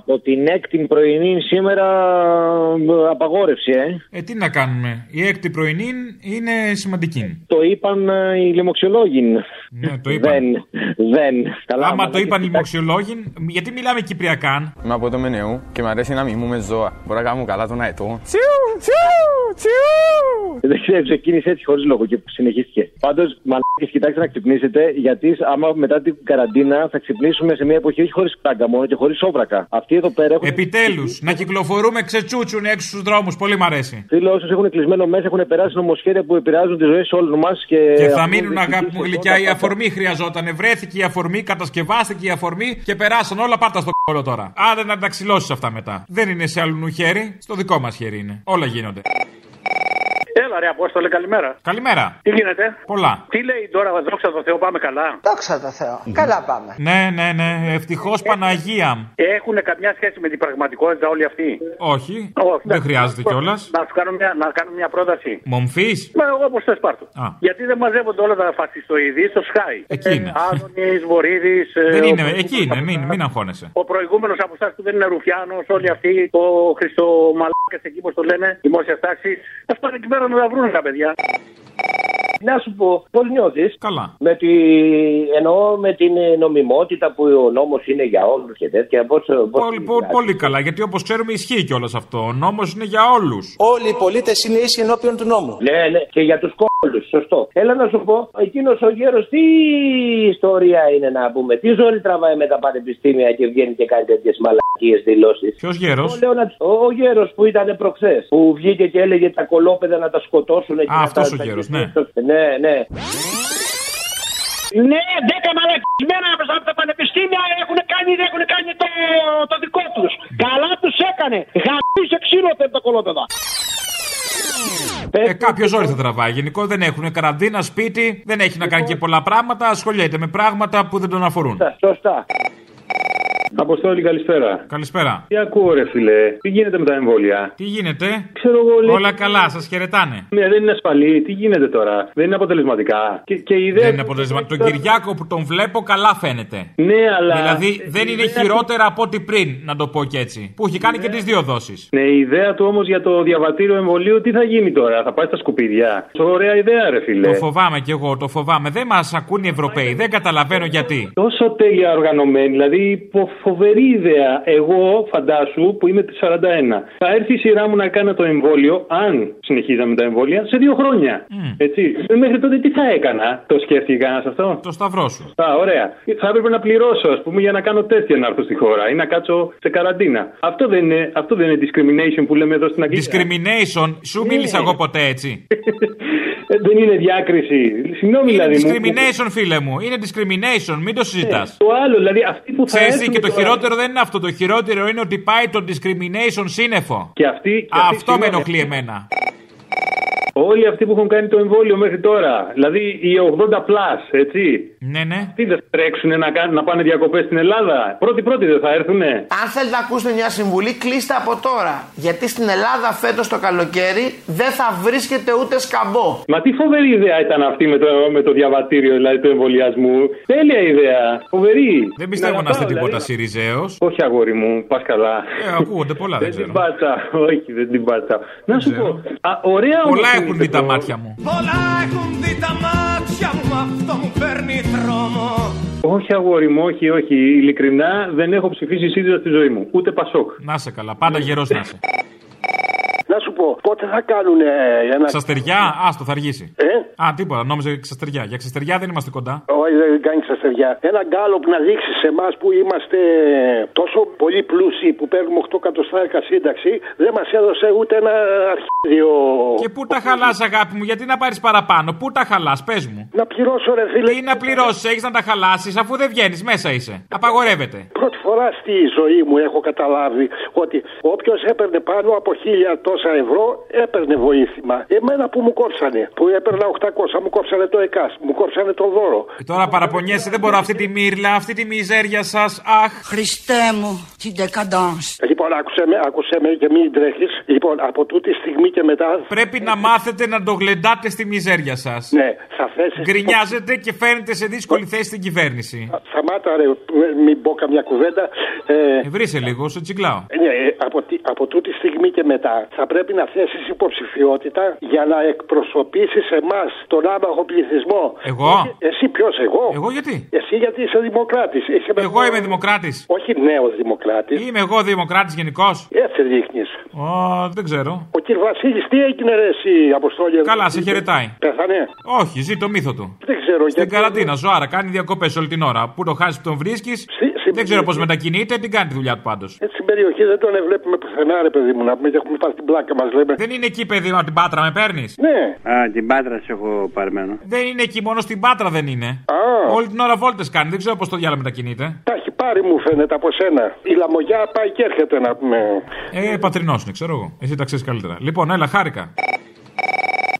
[SPEAKER 15] Από την έκτη πρωινή σήμερα μ, απαγόρευση, ε.
[SPEAKER 2] Ε, τι να κάνουμε. Η έκτη πρωινή είναι σημαντική.
[SPEAKER 15] Το είπαν ε, οι λοιμοξιολόγοι.
[SPEAKER 2] Ναι, το είπαν.
[SPEAKER 15] Δεν. δεν. Καλά,
[SPEAKER 2] Άμα το
[SPEAKER 15] μαλάκι,
[SPEAKER 2] είπαν οι
[SPEAKER 15] κοιτάξτε.
[SPEAKER 2] δημοξιολόγοι, γιατί μιλάμε κυπριακά.
[SPEAKER 8] Είμαι από το Μενεού και μου αρέσει να μιμούμε ζώα. Μπορώ να κάνω καλά τον αετό.
[SPEAKER 6] Τσιου, τσιου, τσιου.
[SPEAKER 15] Δεν ξέρω, ξεκίνησε έτσι χωρίς λόγο και συνεχίστηκε. Πάντως, μαλάκες, κοιτάξτε να ξυπνήσετε, γιατί άμα μετά την καραντίνα θα ξυπνήσουμε σε μια εποχή όχι χωρίς πράγκα μόνο και χωρίς όβρακα. Αυτοί εδώ πέρα έχουν.
[SPEAKER 2] Επιτέλους, να κυκλοφορούμε ξετσούτσουν έξω στους δρόμους. Πολύ μ' αρέσει.
[SPEAKER 15] Φίλο, όσου έχουν κλεισμένο μέσα έχουν περάσει νομοσχέδια που επηρεάζουν τις ζωές όλων μας. Και,
[SPEAKER 2] Και θα
[SPEAKER 15] αυτό
[SPEAKER 2] μείνουν,
[SPEAKER 15] δυστυχώς
[SPEAKER 2] αγάπη μου
[SPEAKER 15] Ε, εδώ
[SPEAKER 2] γλυκιά,
[SPEAKER 15] τα
[SPEAKER 2] η
[SPEAKER 15] πάντα.
[SPEAKER 2] αφορμή χρειαζόταν. Βρέθηκε η αφορμή, κατασκευάστηκε η αφορμή και περάσαν όλα. Πάρτα στο κόλλο τώρα. Άρα να τα ξυλώσει αυτά μετά. Δεν είναι σε άλλου χέρι, στο δικό μας χέρι είναι. Όλα γίνονται.
[SPEAKER 24] Έλα ρε Απόστολε, καλημέρα.
[SPEAKER 2] Καλημέρα.
[SPEAKER 24] Τι γίνεται.
[SPEAKER 2] Πολλά.
[SPEAKER 24] Τι λέει τώρα, δόξα τω Θεώ, πάμε καλά.
[SPEAKER 1] Δόξα τω Θεώ. Καλά πάμε.
[SPEAKER 2] Ναι, ναι, ναι. Ευτυχώς Παναγία.
[SPEAKER 24] Έχουν καμιά σχέση με την πραγματικότητα όλοι αυτοί.
[SPEAKER 2] Όχι,
[SPEAKER 24] Όχι.
[SPEAKER 2] δεν χρειάζεται κιόλας.
[SPEAKER 24] Να σου κάνω μια, να κάνω μια πρόταση.
[SPEAKER 2] Μομφής.
[SPEAKER 24] Μα εγώ όπως θες πάρτο.
[SPEAKER 2] Α.
[SPEAKER 24] Γιατί δεν μαζεύονται όλα τα φασιστοειδή στο Sky. Ε,
[SPEAKER 2] Εκεί είναι.
[SPEAKER 24] Άδωνη, Βορύδης.
[SPEAKER 15] Ε,
[SPEAKER 2] Δεν είναι, εκεί είναι, μην, μην αγχώνεσαι.
[SPEAKER 24] Ο προηγούμενος από εσάς που δεν είναι Ρουφιάνος, όλοι αυτοί, ο Χριστομαλάκας εκεί, όπως το λένε, δημόσια τάξη. Α πάνε εκεί πέρα να τα βρουν τα παιδιά.
[SPEAKER 25] Να σου πω, πώς νιώθεις.
[SPEAKER 2] Καλά.
[SPEAKER 25] Με τη, εννοώ με την ε, νομιμότητα που ο νόμος είναι για όλους και τέτοια. Πώς, ε, πώς
[SPEAKER 2] Πολύ, πο- πολύ καλά, γιατί όπως ξέρουμε ισχύει κιόλας αυτό. Ο νόμος είναι για όλους. Όλοι οι πολίτες είναι ίσοι ενώπιον του νόμου.
[SPEAKER 25] Ναι, ναι, και για τους κόλλου, σωστό. Έλα να σου πω, εκείνος ο γέρος τι ιστορία είναι να πούμε. Τι ζόρι τραβάει με τα πανεπιστήμια και βγαίνει και κάνει τέτοιες μαλακίες δηλώσεις.
[SPEAKER 2] Ποιος γέρος.
[SPEAKER 25] Ο, ο γέρος που ήταν προχθές. Που βγήκε και έλεγε τα κολόπεδα να τα σκοτώσουν. και να
[SPEAKER 2] Αυτός
[SPEAKER 25] τα-
[SPEAKER 2] ο
[SPEAKER 25] τα
[SPEAKER 2] γέρος, ναι.
[SPEAKER 25] Ναι, ναι.
[SPEAKER 24] Ναι, δέκα μαλακισμένα από τα πανεπιστήμια έχουν κάνει, έχουν κάνει το, το δικό τους. Καλά τους έκανε. Γαμίζει ξύλο τα κολόπεδα.
[SPEAKER 2] Ε, Κάποιο όρι θα τραβάει. Γενικώ δεν έχουν καραντίνα, σπίτι, δεν έχει να κάνει
[SPEAKER 23] Λοιπόν.
[SPEAKER 2] και πολλά πράγματα. Ασχολιέται με πράγματα που δεν τον αφορούν.
[SPEAKER 23] Ναι.
[SPEAKER 25] Σωστά.
[SPEAKER 23] Αποστόλη, καλησπέρα.
[SPEAKER 2] Καλησπέρα.
[SPEAKER 23] Τι ακούω, ρε φιλέ, τι γίνεται με τα εμβόλια.
[SPEAKER 2] Τι γίνεται.
[SPEAKER 23] Ξέρω εγώ, λέει,
[SPEAKER 2] Όλα καλά, σας χαιρετάνε.
[SPEAKER 23] Ναι, δεν είναι ασφαλή, τι γίνεται τώρα. Δεν είναι αποτελεσματικά. Και, και η ιδέα.
[SPEAKER 2] Δεν είναι αποτελεσμα- Τον Κυριάκο που τον βλέπω καλά φαίνεται.
[SPEAKER 23] Ναι, αλλά.
[SPEAKER 2] Δηλαδή δεν είναι χειρότερα από ό,τι πριν, να το πω και έτσι. Που έχει κάνει και τις δύο δόσεις.
[SPEAKER 23] Ναι, η ιδέα του όμως για το διαβατήριο εμβολίου τι θα γίνει τώρα, θα πάει στα σκουπίδια. Ωραία ιδέα, ρε
[SPEAKER 2] Το
[SPEAKER 23] φιλέ.
[SPEAKER 2] φοβάμαι κι εγώ, το φοβάμαι. Δεν μας ακούν οι Ευρωπαίοι, δεν καταλαβαίνω γιατί.
[SPEAKER 23] Τόσο τέλεια οργανωμένη, δηλαδή φο- φοβερή ιδέα. Εγώ, φαντάσου, που είμαι 41, θα έρθει η σειρά μου να κάνω το εμβόλιο, αν συνεχίζαμε τα εμβόλια, σε δύο χρόνια.
[SPEAKER 2] Ε,
[SPEAKER 23] Έτσι. Ε, Μέχρι τότε τι θα έκανα, το σκέφτηκε κανένα αυτό.
[SPEAKER 2] Το σταυρό σου.
[SPEAKER 23] Α, ωραία. Θα έπρεπε να πληρώσω, ας πούμε, για να κάνω τεστ για να έρθω στη χώρα ή να κάτσω σε καραντίνα. Αυτό δεν είναι, αυτό δεν είναι discrimination που λέμε εδώ στην Αγγλία.
[SPEAKER 2] Discrimination, σου μίλησα εγώ ποτέ έτσι.
[SPEAKER 23] Ε, δεν είναι διάκριση. Συγγνώμη,
[SPEAKER 2] Είναι
[SPEAKER 23] δηλαδή. μου- Ναι.
[SPEAKER 2] discrimination, φίλε μου. Είναι discrimination, μην το συζητάς.
[SPEAKER 23] Το άλλο, δηλαδή αυτοί που θα
[SPEAKER 2] Ξέρεις τι,
[SPEAKER 23] έρθουν
[SPEAKER 2] και το
[SPEAKER 23] τώρα-
[SPEAKER 2] χειρότερο δεν είναι αυτό. Το χειρότερο είναι ότι πάει το discrimination σύννεφο.
[SPEAKER 23] Και αυτή, και αυτή-
[SPEAKER 2] Αυτό με
[SPEAKER 23] συγγνώμη,
[SPEAKER 2] ενοχλεί εμένα.
[SPEAKER 23] Όλοι αυτοί που έχουν κάνει το εμβόλιο μέχρι τώρα, δηλαδή οι 80 plus, έτσι.
[SPEAKER 2] Ναι, ναι.
[SPEAKER 23] Αυτοί δεν θα τρέξουν να, κάνουν- να πάνε διακοπές στην Ελλάδα. Πρώτοι-πρώτοι δεν θα έρθουνε.
[SPEAKER 21] Αν θέλετε να ακούσετε μια συμβουλή, κλείστε από τώρα. Γιατί στην Ελλάδα φέτος το καλοκαίρι δεν θα βρίσκεται ούτε σκαμπό.
[SPEAKER 23] Μα τι φοβερή ιδέα ήταν αυτή με το, με το διαβατήριο δηλαδή του εμβολιασμού. Τέλεια ιδέα. Φοβερή. δηλαδή.
[SPEAKER 2] Δεν πιστεύω να είστε τίποτα Σιριζέος.
[SPEAKER 23] Όχι, αγόρι μου, πας καλά.
[SPEAKER 2] Ε, ακούγονται πολλά, δεν ξέρω.
[SPEAKER 23] την πάτσα. Όχι, δεν την πάτσα. Να σου πω. Α, ωραία
[SPEAKER 2] Πολλά
[SPEAKER 23] όμως
[SPEAKER 2] έχουν
[SPEAKER 23] είναι
[SPEAKER 2] δει τα
[SPEAKER 23] το-
[SPEAKER 2] μάτια μου.
[SPEAKER 6] Πολλά έχουν δει τα μάτια μου, αυτό μου παίρνει τρόμο.
[SPEAKER 23] Όχι, αγόρι μου, όχι, όχι. Ειλικρινά δεν έχω ψηφίσει ΣΥΡΙΖΑ στη ζωή μου. Ούτε Πασόκ.
[SPEAKER 2] Να σε καλά, πάντα γερός να είσαι.
[SPEAKER 3] Να σου πω, πότε θα κάνουν ένα.
[SPEAKER 2] Ξαστεριά, άστο, θα αργήσει.
[SPEAKER 3] Ε?
[SPEAKER 2] Α, τίποτα, νόμιζα ξαστεριά. Για ξαστεριά δεν είμαστε κοντά.
[SPEAKER 3] Όχι, δεν κάνει ξαστεριά. Ένα γκάλο που να δείξεις σε εμάς που είμαστε τόσο πολύ πλούσιοι που παίρνουμε 8 κατοστάρικα σύνταξη, δεν μας έδωσε ούτε ένα αρχίδιο.
[SPEAKER 2] Και πού τα χαλάς, αγάπη μου, γιατί να πάρεις παραπάνω, πού τα χαλάς, πες μου.
[SPEAKER 3] Να πληρώσω, ρε φίλε.
[SPEAKER 2] Τι να πληρώσεις, έχεις να τα χαλάσεις, αφού δεν βγαίνεις, μέσα είσαι. Απαγορεύεται.
[SPEAKER 3] Πρώτη φορά στη ζωή μου έχω καταλάβει ότι όποιος έπαιρνε πάνω από χίλια τόσα ευρώ έπαιρνε βοήθημα. Εμένα που μου κόψανε, που έπαιρνα 800, μου κόψανε το ΕΚΑΣ, μου κόψανε το δώρο.
[SPEAKER 2] Και τώρα παραπονιέσαι, δεν μπορώ αυτή τη μύρλα, αυτή τη μιζέρια σας, αχ.
[SPEAKER 5] Χριστέ μου, την decadence.
[SPEAKER 3] Λοιπόν, άκουσε με, άκουσε με και μην τρέχεις. Λοιπόν, από τούτη στιγμή και μετά.
[SPEAKER 2] Πρέπει να μάθετε να το γλεντάτε στη μιζέρια σας.
[SPEAKER 3] Ναι, θα θέσει.
[SPEAKER 2] Γκρινιάζετε και φαίνεται σε δύσκολη θέση στην κυβέρνηση.
[SPEAKER 3] Σταμάτα, ρε, μην πω καμιά κουβέντα. Ε,
[SPEAKER 2] Ε, βρήσε λίγο, σου τσιγκλάω.
[SPEAKER 3] ναι, ε, από, τη- από τούτη στιγμή και μετά θα πρέπει να θέσεις υποψηφιότητα για να εκπροσωπήσεις εμάς τον άμαχο πληθυσμό.
[SPEAKER 2] Εγώ?
[SPEAKER 3] Εσύ ποιος, εγώ.
[SPEAKER 2] Εγώ γιατί.
[SPEAKER 3] Εσύ γιατί είσαι δημοκράτης.
[SPEAKER 2] Εγώ είμαι δημοκράτης.
[SPEAKER 3] Όχι Ε, νέος δημοκράτης.
[SPEAKER 2] Είμαι εγώ δημοκράτης γενικώ.
[SPEAKER 3] Έτσι δείχνει.
[SPEAKER 2] Ω, δεν ξέρω.
[SPEAKER 3] Ο κ. Βασίλης, τι έγινε ρε, εσύ, Αποστόλη.
[SPEAKER 2] Καλά, σε χαιρετάει.
[SPEAKER 3] Πέθανε.
[SPEAKER 2] Όχι, ζει το μύθο του.
[SPEAKER 3] Δεν ξέρω
[SPEAKER 2] Στην
[SPEAKER 3] γιατί.
[SPEAKER 2] καραντίνα, ζωάρα, κάνει διακοπές όλη την ώρα. Πού το χάσεις, που τον βρίσκεις. Δεν ξέρω πώς μετακινείται, την κάνει τη δουλειά του πάντως.
[SPEAKER 3] Έτσι στην περιοχή δεν τον βλέπουμε πουθενά, ρε παιδί μου. Να πούμε και έχουμε πάρει την πλάκα μας, λέμε.
[SPEAKER 2] Δεν είναι εκεί, παιδί μου, από την πάτρα, με παίρνεις.
[SPEAKER 3] Ναι.
[SPEAKER 13] Α, την πάτρα σε έχω παρμένο.
[SPEAKER 2] Δεν είναι εκεί, μόνο στην πάτρα δεν είναι. Όλη την ώρα βόλτες κάνει, δεν ξέρω πώς το διάλογο μετακινείται.
[SPEAKER 3] Τα έχει πάρει, μου φαίνεται από σένα. Η λαμογιά πάει και έρχεται να πούμε.
[SPEAKER 2] Ε, πατρινός είναι, ξέρω εγώ. Εσύ τα ξέρεις καλύτερα. Λοιπόν, έλα, χάρηκα.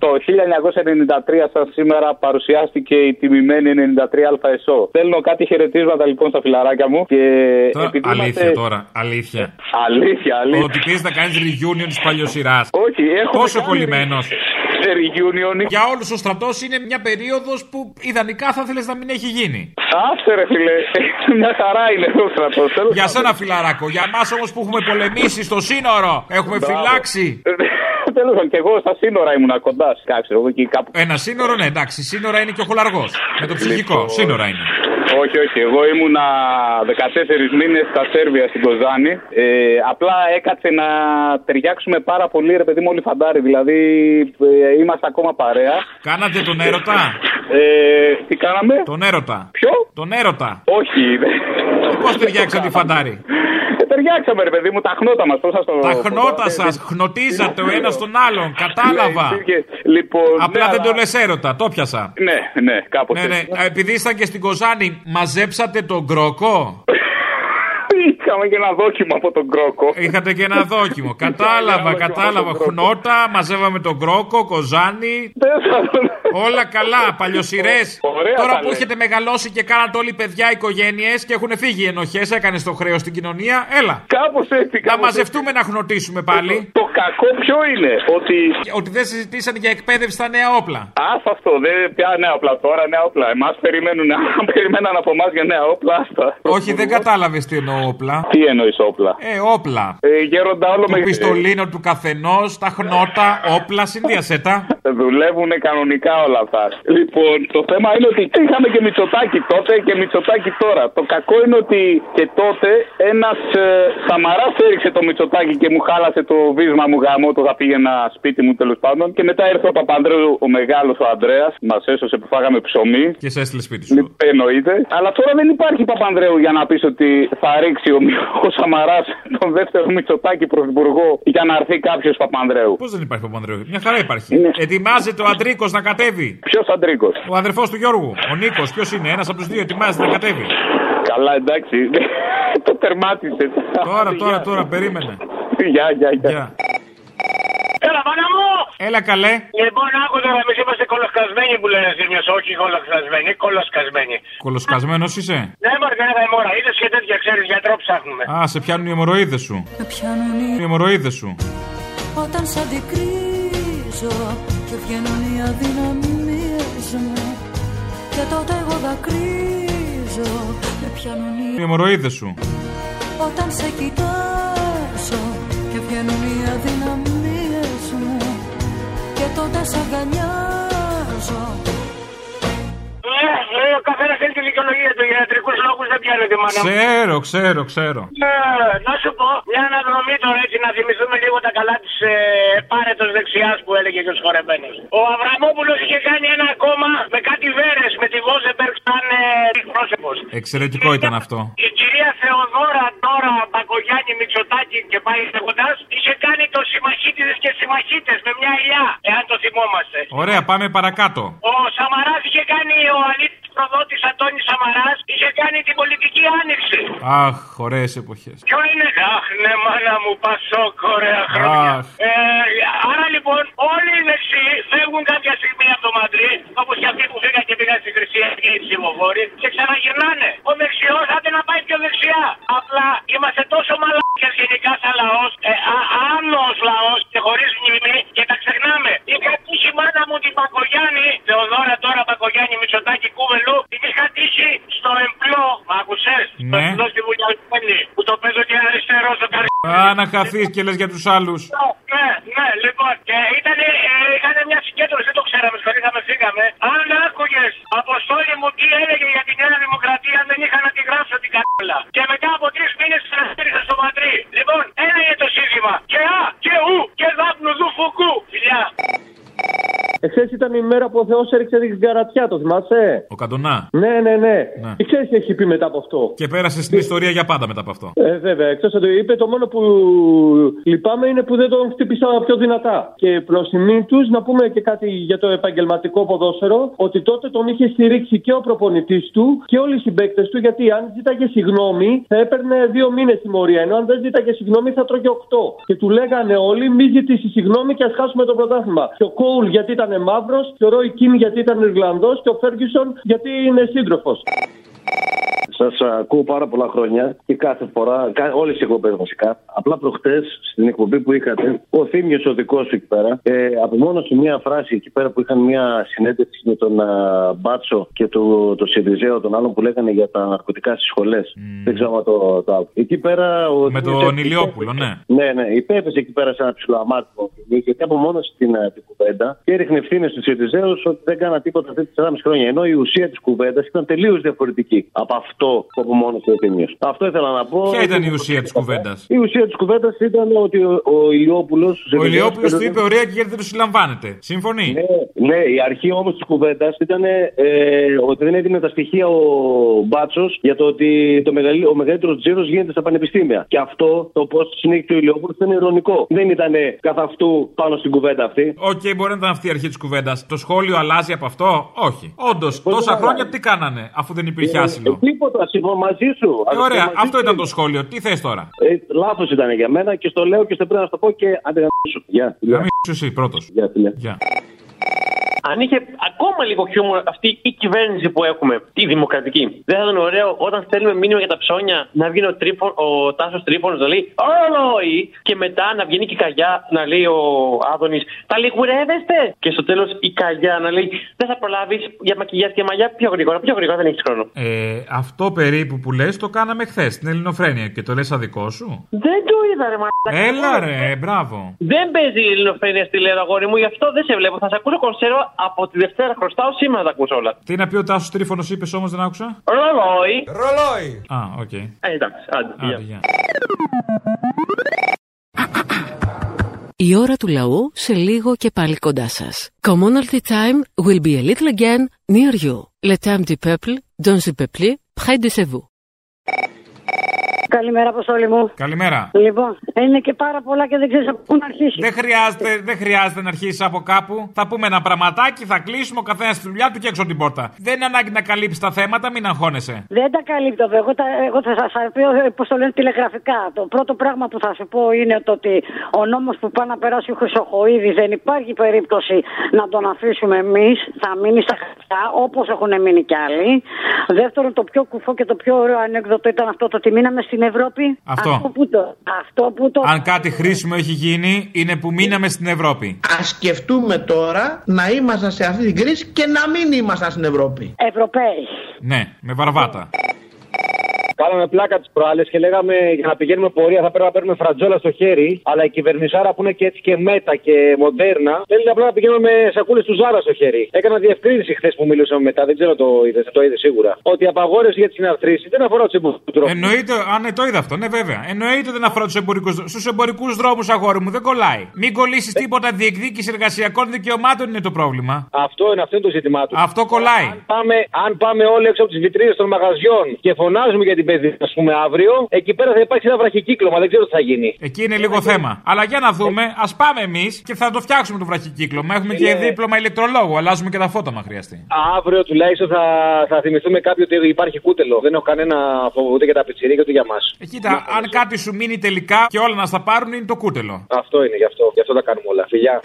[SPEAKER 26] Το 1993 σαν σήμερα παρουσιάστηκε η τιμημένη 93 ΑΕΣΟ. Θέλω κάτι χαιρετίσματα λοιπόν στα φιλαράκια μου και
[SPEAKER 2] Τώρα,
[SPEAKER 26] Ε, επειδή
[SPEAKER 2] αλήθεια
[SPEAKER 26] είμαστε- <laughs>
[SPEAKER 2] τώρα, αλήθεια.
[SPEAKER 26] Αλήθεια, αλήθεια.
[SPEAKER 2] Ότι πεις να κάνεις reunion της παλιοσυράς.
[SPEAKER 26] Όχι, έχω
[SPEAKER 2] Τόσο
[SPEAKER 26] κάνει
[SPEAKER 2] κολλημένος.
[SPEAKER 26] Reunion.
[SPEAKER 2] Για όλους ο στρατός είναι μια περίοδος που ιδανικά θα ήθελε να μην έχει γίνει.
[SPEAKER 26] Άσε ρε φίλε, Ε, μια χαρά είναι ο στρατός. Θέλω-
[SPEAKER 2] Για σένα, φιλαράκο. Για εμάς όμως που έχουμε πολεμήσει στο σύνορο, έχουμε
[SPEAKER 26] Μπράβο.
[SPEAKER 2] φυλάξει.
[SPEAKER 26] Τέλος πάντων, και εγώ στα σύνορα ήμουνα κοντάς. Κάξε, εγώ εκεί κάπου.
[SPEAKER 2] Ένα σύνορο, ναι, εντάξει, σύνορα είναι και ο χολαργός. Με το ψυχικό,
[SPEAKER 26] Λοιπόν.
[SPEAKER 2] σύνορα είναι.
[SPEAKER 26] Όχι, όχι. Εγώ ήμουνα 14 μήνες στα Σέρβια στην Κοζάνη. Ε, απλά έκατσε να ταιριάξουμε πάρα πολύ, ρε παιδί μου, όλοι φαντάρι. Δηλαδή, ε, είμαστε ακόμα παρέα.
[SPEAKER 2] Κάνατε τον έρωτα.
[SPEAKER 26] Ε, τι κάναμε?
[SPEAKER 2] Τον έρωτα.
[SPEAKER 26] Ποιο?
[SPEAKER 2] Τον έρωτα.
[SPEAKER 26] Όχι.
[SPEAKER 2] Πώς ταιριάξατε τη φαντάρι.
[SPEAKER 26] Ε, ταιριάξαμε, ρε παιδί μου, τα χνότα μας. Πώ το.
[SPEAKER 2] Τα χνότα σας, χνοτίζατε ο ένας τον άλλον, κατάλαβα. Απλά δεν το λες έρωτα, το πιασα.
[SPEAKER 26] λοιπόν, Ναι, ναι, <laughs> κάπως.
[SPEAKER 2] Ναι, ναι. Επειδή ήσταν και στην Κοζάνη, μαζέψατε τον κρόκο.
[SPEAKER 26] Είχαμε και ένα δόκιμο από τον κρόκο.
[SPEAKER 2] Είχατε και ένα
[SPEAKER 26] <laughs>
[SPEAKER 2] δόκιμο. κατάλαβα, κατάλαβα. Χνότα, μαζεύαμε τον κρόκο, Κοζάνη. Όλα καλά, παλιοσυρές.
[SPEAKER 26] Ωραία
[SPEAKER 2] Τώρα
[SPEAKER 26] τα
[SPEAKER 2] που
[SPEAKER 26] λέει.
[SPEAKER 2] έχετε μεγαλώσει και κάνατε όλοι παιδιά οικογένειες και έχουν φύγει οι ενοχές, έκανες το χρέος στην κοινωνία. Έλα.
[SPEAKER 26] Κάπως έτσι,
[SPEAKER 2] Να μαζευτούμε να χνοτήσουμε πάλι.
[SPEAKER 26] Το κακό ποιο είναι, ότι.
[SPEAKER 2] Ότι δεν συζητήσαν για εκπαίδευση στα νέα όπλα.
[SPEAKER 26] Άσε αυτό, δεν πια νέα όπλα τώρα, νέα όπλα. Εμάς περιμένουν, <laughs> αν περιμέναν από εμάς για νέα όπλα, άστα.
[SPEAKER 2] Όχι, δεν κατάλαβες τι εννοώ όπλα.
[SPEAKER 26] Τι εννοείς όπλα.
[SPEAKER 2] Ε, όπλα.
[SPEAKER 26] Ε, γέροντα όλο
[SPEAKER 2] Το πιστολίνο του καθενός, τα χνότα, όπλα, συνδύασε τα.
[SPEAKER 26] Δουλεύουν κανονικά όλα αυτά. Λοιπόν, το θέμα είναι ότι είχαμε και Μητσοτάκη τότε και Μητσοτάκη τώρα. Το κακό είναι ότι και τότε ένας ε, Σαμαρά έριξε το Μητσοτάκη και μου χάλασε το βίσμα μου γάμο. Το θα πήγαινα σπίτι μου τέλος πάντων. Και μετά ήρθε ο Παπανδρέου, ο μεγάλος ο Ανδρέας. Μας έσωσε που φάγαμε ψωμί.
[SPEAKER 2] Και σε έστειλε σπίτι σου.
[SPEAKER 26] Λοιπόν, Εννοείται. Αλλά τώρα δεν υπάρχει Παπανδρέου για να πεις ότι θα ρίξει ο, Μι- ο Σαμαράς τον δεύτερο Μητσοτάκη πρωθυπουργό για να έρθει κάποιος Παπανδρέου. <laughs>
[SPEAKER 2] Πώς δεν υπάρχει Παπανδρέου, μια χαρά υπάρχει.
[SPEAKER 26] Ναι.
[SPEAKER 2] Ετοιμάζεται ο Αντρίκος να κατέβει.
[SPEAKER 26] Ποιος Αντρίκος.
[SPEAKER 2] Ο αδερφός του Γιώργου. Ο Νίκος, ποιος είναι, ένας από τους δύο ετοιμάζεται να κατέβει.
[SPEAKER 26] Καλά, εντάξει. <laughs> το τερμάτισε.
[SPEAKER 2] Τώρα, τώρα, τώρα, περίμενε.
[SPEAKER 26] Γεια, γεια,
[SPEAKER 2] γεια.
[SPEAKER 24] Έλα, μάνα μου!
[SPEAKER 2] Έλα, καλέ.
[SPEAKER 24] Λοιπόν, άκου τώρα, εμεί είμαστε κολοσκασμένοι που λένε στι μιας. Όχι κολοσκασμένοι, κολοσκασμένοι.
[SPEAKER 2] Κολοσκασμένο είσαι.
[SPEAKER 24] Ναι, μωρέ, δεν μόρα. Είδες και τέτοια, ξέρεις, γιατρό ψάχνουμε.
[SPEAKER 5] Ναι.
[SPEAKER 2] Α, σε πιάνουν οι αιμορροίδε σου.
[SPEAKER 27] Με πιάνουν
[SPEAKER 2] Οι
[SPEAKER 27] οι
[SPEAKER 2] αιμορροίδε σου.
[SPEAKER 27] όταν σ' αντικρίζω και βγαίνουν οι αδυναμίες μου και τότε εγώ δακρύζω με πιάνουν οι
[SPEAKER 2] Οι αιμορροίδε σου.
[SPEAKER 27] όταν σε κοιτάζω και βγαίνουν οι αδυναμίες μου και τότε σ' αγκαλιάζω
[SPEAKER 5] Ε,
[SPEAKER 24] Ναι, ναι, ο καθένας έχει τη δικαιολογία του. Για ιατρικούς λόγους δεν
[SPEAKER 5] καλοκαίρι, μάνα. μου.
[SPEAKER 2] Ξέρω, ξέρω, ξέρω.
[SPEAKER 5] Ε, να σου πω, μια αναδρομή τώρα έτσι να θυμηθούμε λίγο τα καλά της ε, πάρετος δεξιάς που έλεγε και ο Σχορεμένος. Ο Αβραμόπουλος είχε κάνει ένα κόμμα με κάτι βέρες με τη Βόζεμπεργκ σαν ε, εκπρόσωπος.
[SPEAKER 2] Εξαιρετικό ήταν αυτό.
[SPEAKER 5] Η κυρία Θεοδόρα τώρα Μπακογιάννη Μητσοτάκη και πάει λέγοντας είχε κάνει το συμμαχίτιδες και συμμαχίτες με μια ηλιά, εάν το θυμόμαστε.
[SPEAKER 2] Ωραία, πάμε παρακάτω.
[SPEAKER 5] Ο Σαμαράς είχε κάνει, ο αλήτης προδότης Αντώνη Σαμαράς είχε κάνει την πολιτική άνοιξη.
[SPEAKER 2] Αχ, ωραίες εποχές.
[SPEAKER 5] Ποιο είναι. Αχ, ναι, μάνα μου, πασό, κορέα χρόνια.
[SPEAKER 2] Αχ.
[SPEAKER 5] Ε, άρα λοιπόν, όλοι οι δεξιοί φεύγουν κάποια στιγμή από το Μαντρί, όπως και αυτοί που φύγαν και πήγαν στην Χρυσή Αυγή οι ψηφοφόροι, και ξαναγυρνάνε. Ο δεξιό άντε να πάει πιο δεξιά. Απλά είμαστε τόσο μαλάκια γενικά σαν λαός, ε, άλλο λαός και χωρίς μνήμη και τα ξεχνάμε. Είχα τύχει μάνα μου την Πακογιάννη, Θεοδόρα τώρα Πακογιάννη Μητσοτάκη Κούβελου, την είχα τύχει στο εμπλό, μ' άκουσε, στο
[SPEAKER 2] Ναι.
[SPEAKER 5] εμπλό στη Βουλιαγμένη, που το παίζω και αριστερό στο καρ...
[SPEAKER 2] Α, να χαθείς και λες για τους άλλους.
[SPEAKER 5] Ναι, ναι, λοιπόν. Και ήταν, ε, είχαν μια συγκέντρωση, δεν το ξέραμε, σχολήκαμε, φύγαμε. Αν άκουγες αποστόλη μου τι έλεγε για την Νέα Δημοκρατία, δεν είχα να τη γράψω την καρδούλα. Και μετά από τρεις μήνες ξαναστήριξα στο Μαντρί. Λοιπόν, ένα είναι το σύστημα. Και α, και ου, και δάπνου δου φουκού. Φιλιά.
[SPEAKER 9] Εχθές ήταν η μέρα που ο Θεός έριξε την καρατιά, το θυμάσαι.
[SPEAKER 2] Ο Καντονά.
[SPEAKER 9] Ναι, ναι, ναι.
[SPEAKER 2] Ναι.
[SPEAKER 9] Και ξέρεις τι έχει πει μετά από αυτό.
[SPEAKER 2] Και πέρασε στην ιστορία για πάντα μετά από αυτό.
[SPEAKER 9] Ε, βέβαια, εκτός αν το είπε, το μόνο που λυπάμαι είναι που δεν τον χτύπησα πιο δυνατά. Και προς τιμή τους, να πούμε και κάτι για το επαγγελματικό ποδόσφαιρο, ότι τότε τον είχε στηρίξει και ο προπονητής του και όλοι οι συμπαίκτες του, γιατί αν ζήταγες συγγνώμη θα έπαιρνε δύο μήνες τιμωρία. Ενώ αν δεν ζήταγες συγγνώμη θα τρώγε οκτώ. Και του λέγανε όλοι, μη ζητήσεις συγγνώμη και ας χάσουμε το πρωτάθλημα. Και ο Κόουλ γιατί ήταν μαύρος, και ο Ρόι Κιν γιατί ήταν Ιρλανδός, και ο Φέργισον γιατί είναι σύντροφος.
[SPEAKER 15] Σας ακούω πάρα πολλά χρόνια και κάθε φορά, όλες οι εκπομπές βασικά. Απλά προχτές στην εκπομπή που είχατε, ο Θήμιος ο δικός σου εκεί πέρα, ε, από μόνος του μια φράση εκεί πέρα που είχαν μια συνέντευξη με τον α, Μπάτσο και το, το Σιριζέο, τον άλλον που λέγανε για τα ναρκωτικά στις σχολές. Δεν ξέρω αν το, το άκου. Εκεί πέρα. Ο
[SPEAKER 2] Με
[SPEAKER 15] Θήμιος
[SPEAKER 2] τον
[SPEAKER 15] έπαιξε-
[SPEAKER 2] Ηλιόπουλο, ναι.
[SPEAKER 15] ναι, ναι, υπέπεσε εκεί πέρα σε ένα ψηλό αμάρτημα. Γιατί από μόνος στην ε, την κουβέντα και έριχνε ευθύνες στους Ιωτιζέου ότι δεν κάνα τίποτα αυτή τι 4,5 χρόνια. Ενώ η ουσία της κουβέντας ήταν τελείως διαφορετική από αυτό που από μόνο του Ευθύνιο. Αυτό ήθελα να πω.
[SPEAKER 2] Ποια ήταν η ουσία της κουβέντας.
[SPEAKER 15] Η ουσία της κουβέντας ήταν ότι ο, ο Ηλιόπουλος.
[SPEAKER 2] Ο Ηλιόπουλος του είπε ωραία και γιατί δεν του συλλαμβάνεται. Συμφωνεί.
[SPEAKER 15] Ναι, η αρχή όμως της κουβέντας ήταν ε, ότι δεν έδινε τα στοιχεία ο Μπάτσος για το ότι το μεγαλύ, ο μεγαλύτερος τζίρος γίνεται στα πανεπιστήμια. Και αυτό το πώς συνέχισε ο Ηλιόπουλος ήταν ηρωνικό. Δεν ήταν καθ' αυτού πάνω στην κουβέντα αυτή.
[SPEAKER 2] Οκ, μπορεί να ήταν αυτή η αρχή της κουβέντας. Το σχόλιο αλλάζει από αυτό. Όχι. Όντως, τόσα
[SPEAKER 15] αλλάζει.
[SPEAKER 2] χρόνια τι κάνανε αφού δεν υπήρχε
[SPEAKER 15] Ε,
[SPEAKER 2] άσυλο.
[SPEAKER 15] τίποτα, συμφωνώ μαζί σου.
[SPEAKER 2] Ε, Ωραία, αυτό ήταν το σχόλιο. Τι θες τώρα.
[SPEAKER 15] Ε, Λάθος ήταν για μένα και στο λέω και στο πρέπει να σου το πω και αντεγαμίσω. Γεια.
[SPEAKER 2] Να μην σου εσύ πρώτος. Γεια.
[SPEAKER 28] Αν είχε ακόμα λίγο χιούμορ αυτή η κυβέρνηση που έχουμε, τη δημοκρατική, δεν θα ήταν ωραίο όταν στέλνουμε μήνυμα για τα ψώνια να βγει ο, Τρίφων- ο Τάσος Τρίφωνος να λέει Όλοι! Και μετά να βγαίνει και η Καγιά να λέει ο Άδωνης Τα λιγουρεύεστε! Και στο τέλος η Καγιά να λέει Δεν θα προλάβεις για μακιγιάς και μαγιά πιο γρήγορα, πιο γρήγορα δεν έχεις χρόνο.
[SPEAKER 2] Ε, αυτό περίπου που λες το κάναμε χθες στην Ελληνοφρένεια και το λες αδικό σου.
[SPEAKER 28] Δεν το είδα, ρε μαλάκα.
[SPEAKER 2] Έλα ρε, μπράβο.
[SPEAKER 28] Δεν παίζει η ελληνοφρένεια στη Λέρα, αγόρι μου, γι' αυτό δεν σε βλέπω. Θα σε ακούσω κονσέρβα από τη Δευτέρα. Χρωστάω σήμερα να τα ακούσω όλα.
[SPEAKER 2] Τι να πει ο Τάσος Τρίφωνος, είπες όμως δεν άκουσα.
[SPEAKER 28] Ρολόι.
[SPEAKER 2] Ρολόι. Α, οκ.
[SPEAKER 28] Ε, εντάξει, άντε,
[SPEAKER 2] Άντε, γεια.
[SPEAKER 11] Η ώρα του λαού σε λίγο και πάλι κοντά σας. Commonalty time will be a little again near you. Le temps du peuple, dans le peuple, près de chez vous.
[SPEAKER 29] Καλημέρα, Αποστόλη μου.
[SPEAKER 2] Καλημέρα.
[SPEAKER 29] Λοιπόν, είναι και πάρα πολλά και δεν ξέρεις από πού να αρχίσεις.
[SPEAKER 2] Δεν χρειάζεται, δεν χρειάζεται να αρχίσεις από κάπου. Θα πούμε ένα πραγματάκι, θα κλείσουμε ο καθένας τη δουλειά του και έξω από την πόρτα. Δεν είναι ανάγκη να καλύψεις τα θέματα, μην αγχώνεσαι.
[SPEAKER 29] Δεν τα καλύπτω. βέβαια. Εγώ, τα, εγώ θα σας πω, πώς το λένε, τηλεγραφικά. Το πρώτο πράγμα που θα σου πω είναι το ότι ο νόμος που πάει να περάσει ο Χρυσοχοίδης δεν υπάρχει περίπτωση να τον αφήσουμε εμείς. Θα μείνει στα χαρτιά, όπως έχουν μείνει κι άλλοι. Δεύτερον, το πιο κουφό και το πιο ωραίο ανέκδοτο ήταν αυτό το ότι μείναμε στην Ευρώπη.
[SPEAKER 2] Αυτό.
[SPEAKER 29] που το. Αυτό που το.
[SPEAKER 2] Αν κάτι χρήσιμο έχει γίνει, είναι που μείναμε στην Ευρώπη.
[SPEAKER 21] Ας σκεφτούμε τώρα να ήμασταν σε αυτή την κρίση και να μην ήμασταν στην Ευρώπη.
[SPEAKER 29] Ευρωπαίοι.
[SPEAKER 2] Ναι, με βαρβάτα.
[SPEAKER 15] Βάλαμε πλάκα τις προάλλες και λέγαμε για να πηγαίνουμε πορεία θα πρέπει να παίρνουμε φρατζόλα στο χέρι. Αλλά η κυβερνησάρα που είναι και έτσι και μέτα και μοντέρνα θέλει απλά να πηγαίνουμε με σακούλες του Ζάρα στο χέρι. Έκανα διευκρίνηση χθες που μιλούσαμε μετά, δεν ξέρω το είδες, το είδες σίγουρα. Ότι η απαγόρευση για τις συναρθρήσει δεν αφορά τους εμπορικούς τρόπου.
[SPEAKER 2] Εννοείται, α, ναι, το είδα αυτό, ναι, βέβαια. Εννοείται δεν αφορά τους εμπορικούς δρόμους. Στους εμπορικούς δρόμους, αγόρι μου, δεν κολλάει. Μην κολλήσεις τίποτα, διεκδίκηση εργασιακών δικαιωμάτων είναι το πρόβλημα.
[SPEAKER 15] Αυτό είναι, αυτό είναι το ζήτημά του.
[SPEAKER 2] Αυτό κολλάει.
[SPEAKER 15] Πάμε, αν πάμε όλοι έξω από τις βιτρίνες των μαγαζιών και φωνάζουμε για την παιδεία, ας πούμε, αύριο, εκεί πέρα θα υπάρξει ένα βραχικύκλωμα, δεν ξέρω τι θα γίνει.
[SPEAKER 2] Εκεί είναι
[SPEAKER 15] Ε, ναι.
[SPEAKER 2] λίγο θέμα. Αλλά για να δούμε, ας πάμε εμείς και θα το φτιάξουμε το βραχικύκλωμα. Έχουμε και
[SPEAKER 15] Είναι-
[SPEAKER 2] δίπλωμα ηλεκτρολόγου. Αλλάζουμε και τα φώτα, μα χρειαστεί.
[SPEAKER 15] Αύριο τουλάχιστον θα, θα θυμηθούμε κάποιοι ότι υπάρχει κούτελο. Δεν έχω κανένα φόβο ούτε για τα πιτσιρίκια ούτε για μας.
[SPEAKER 2] Ε, Κοίτα, αν κάτι σου μείνει τελικά και όλα να στα πάρουν είναι το κούτελο.
[SPEAKER 15] Αυτό είναι, γι' αυτό, γι' αυτό τα κάνουμε όλα. Φιλιά.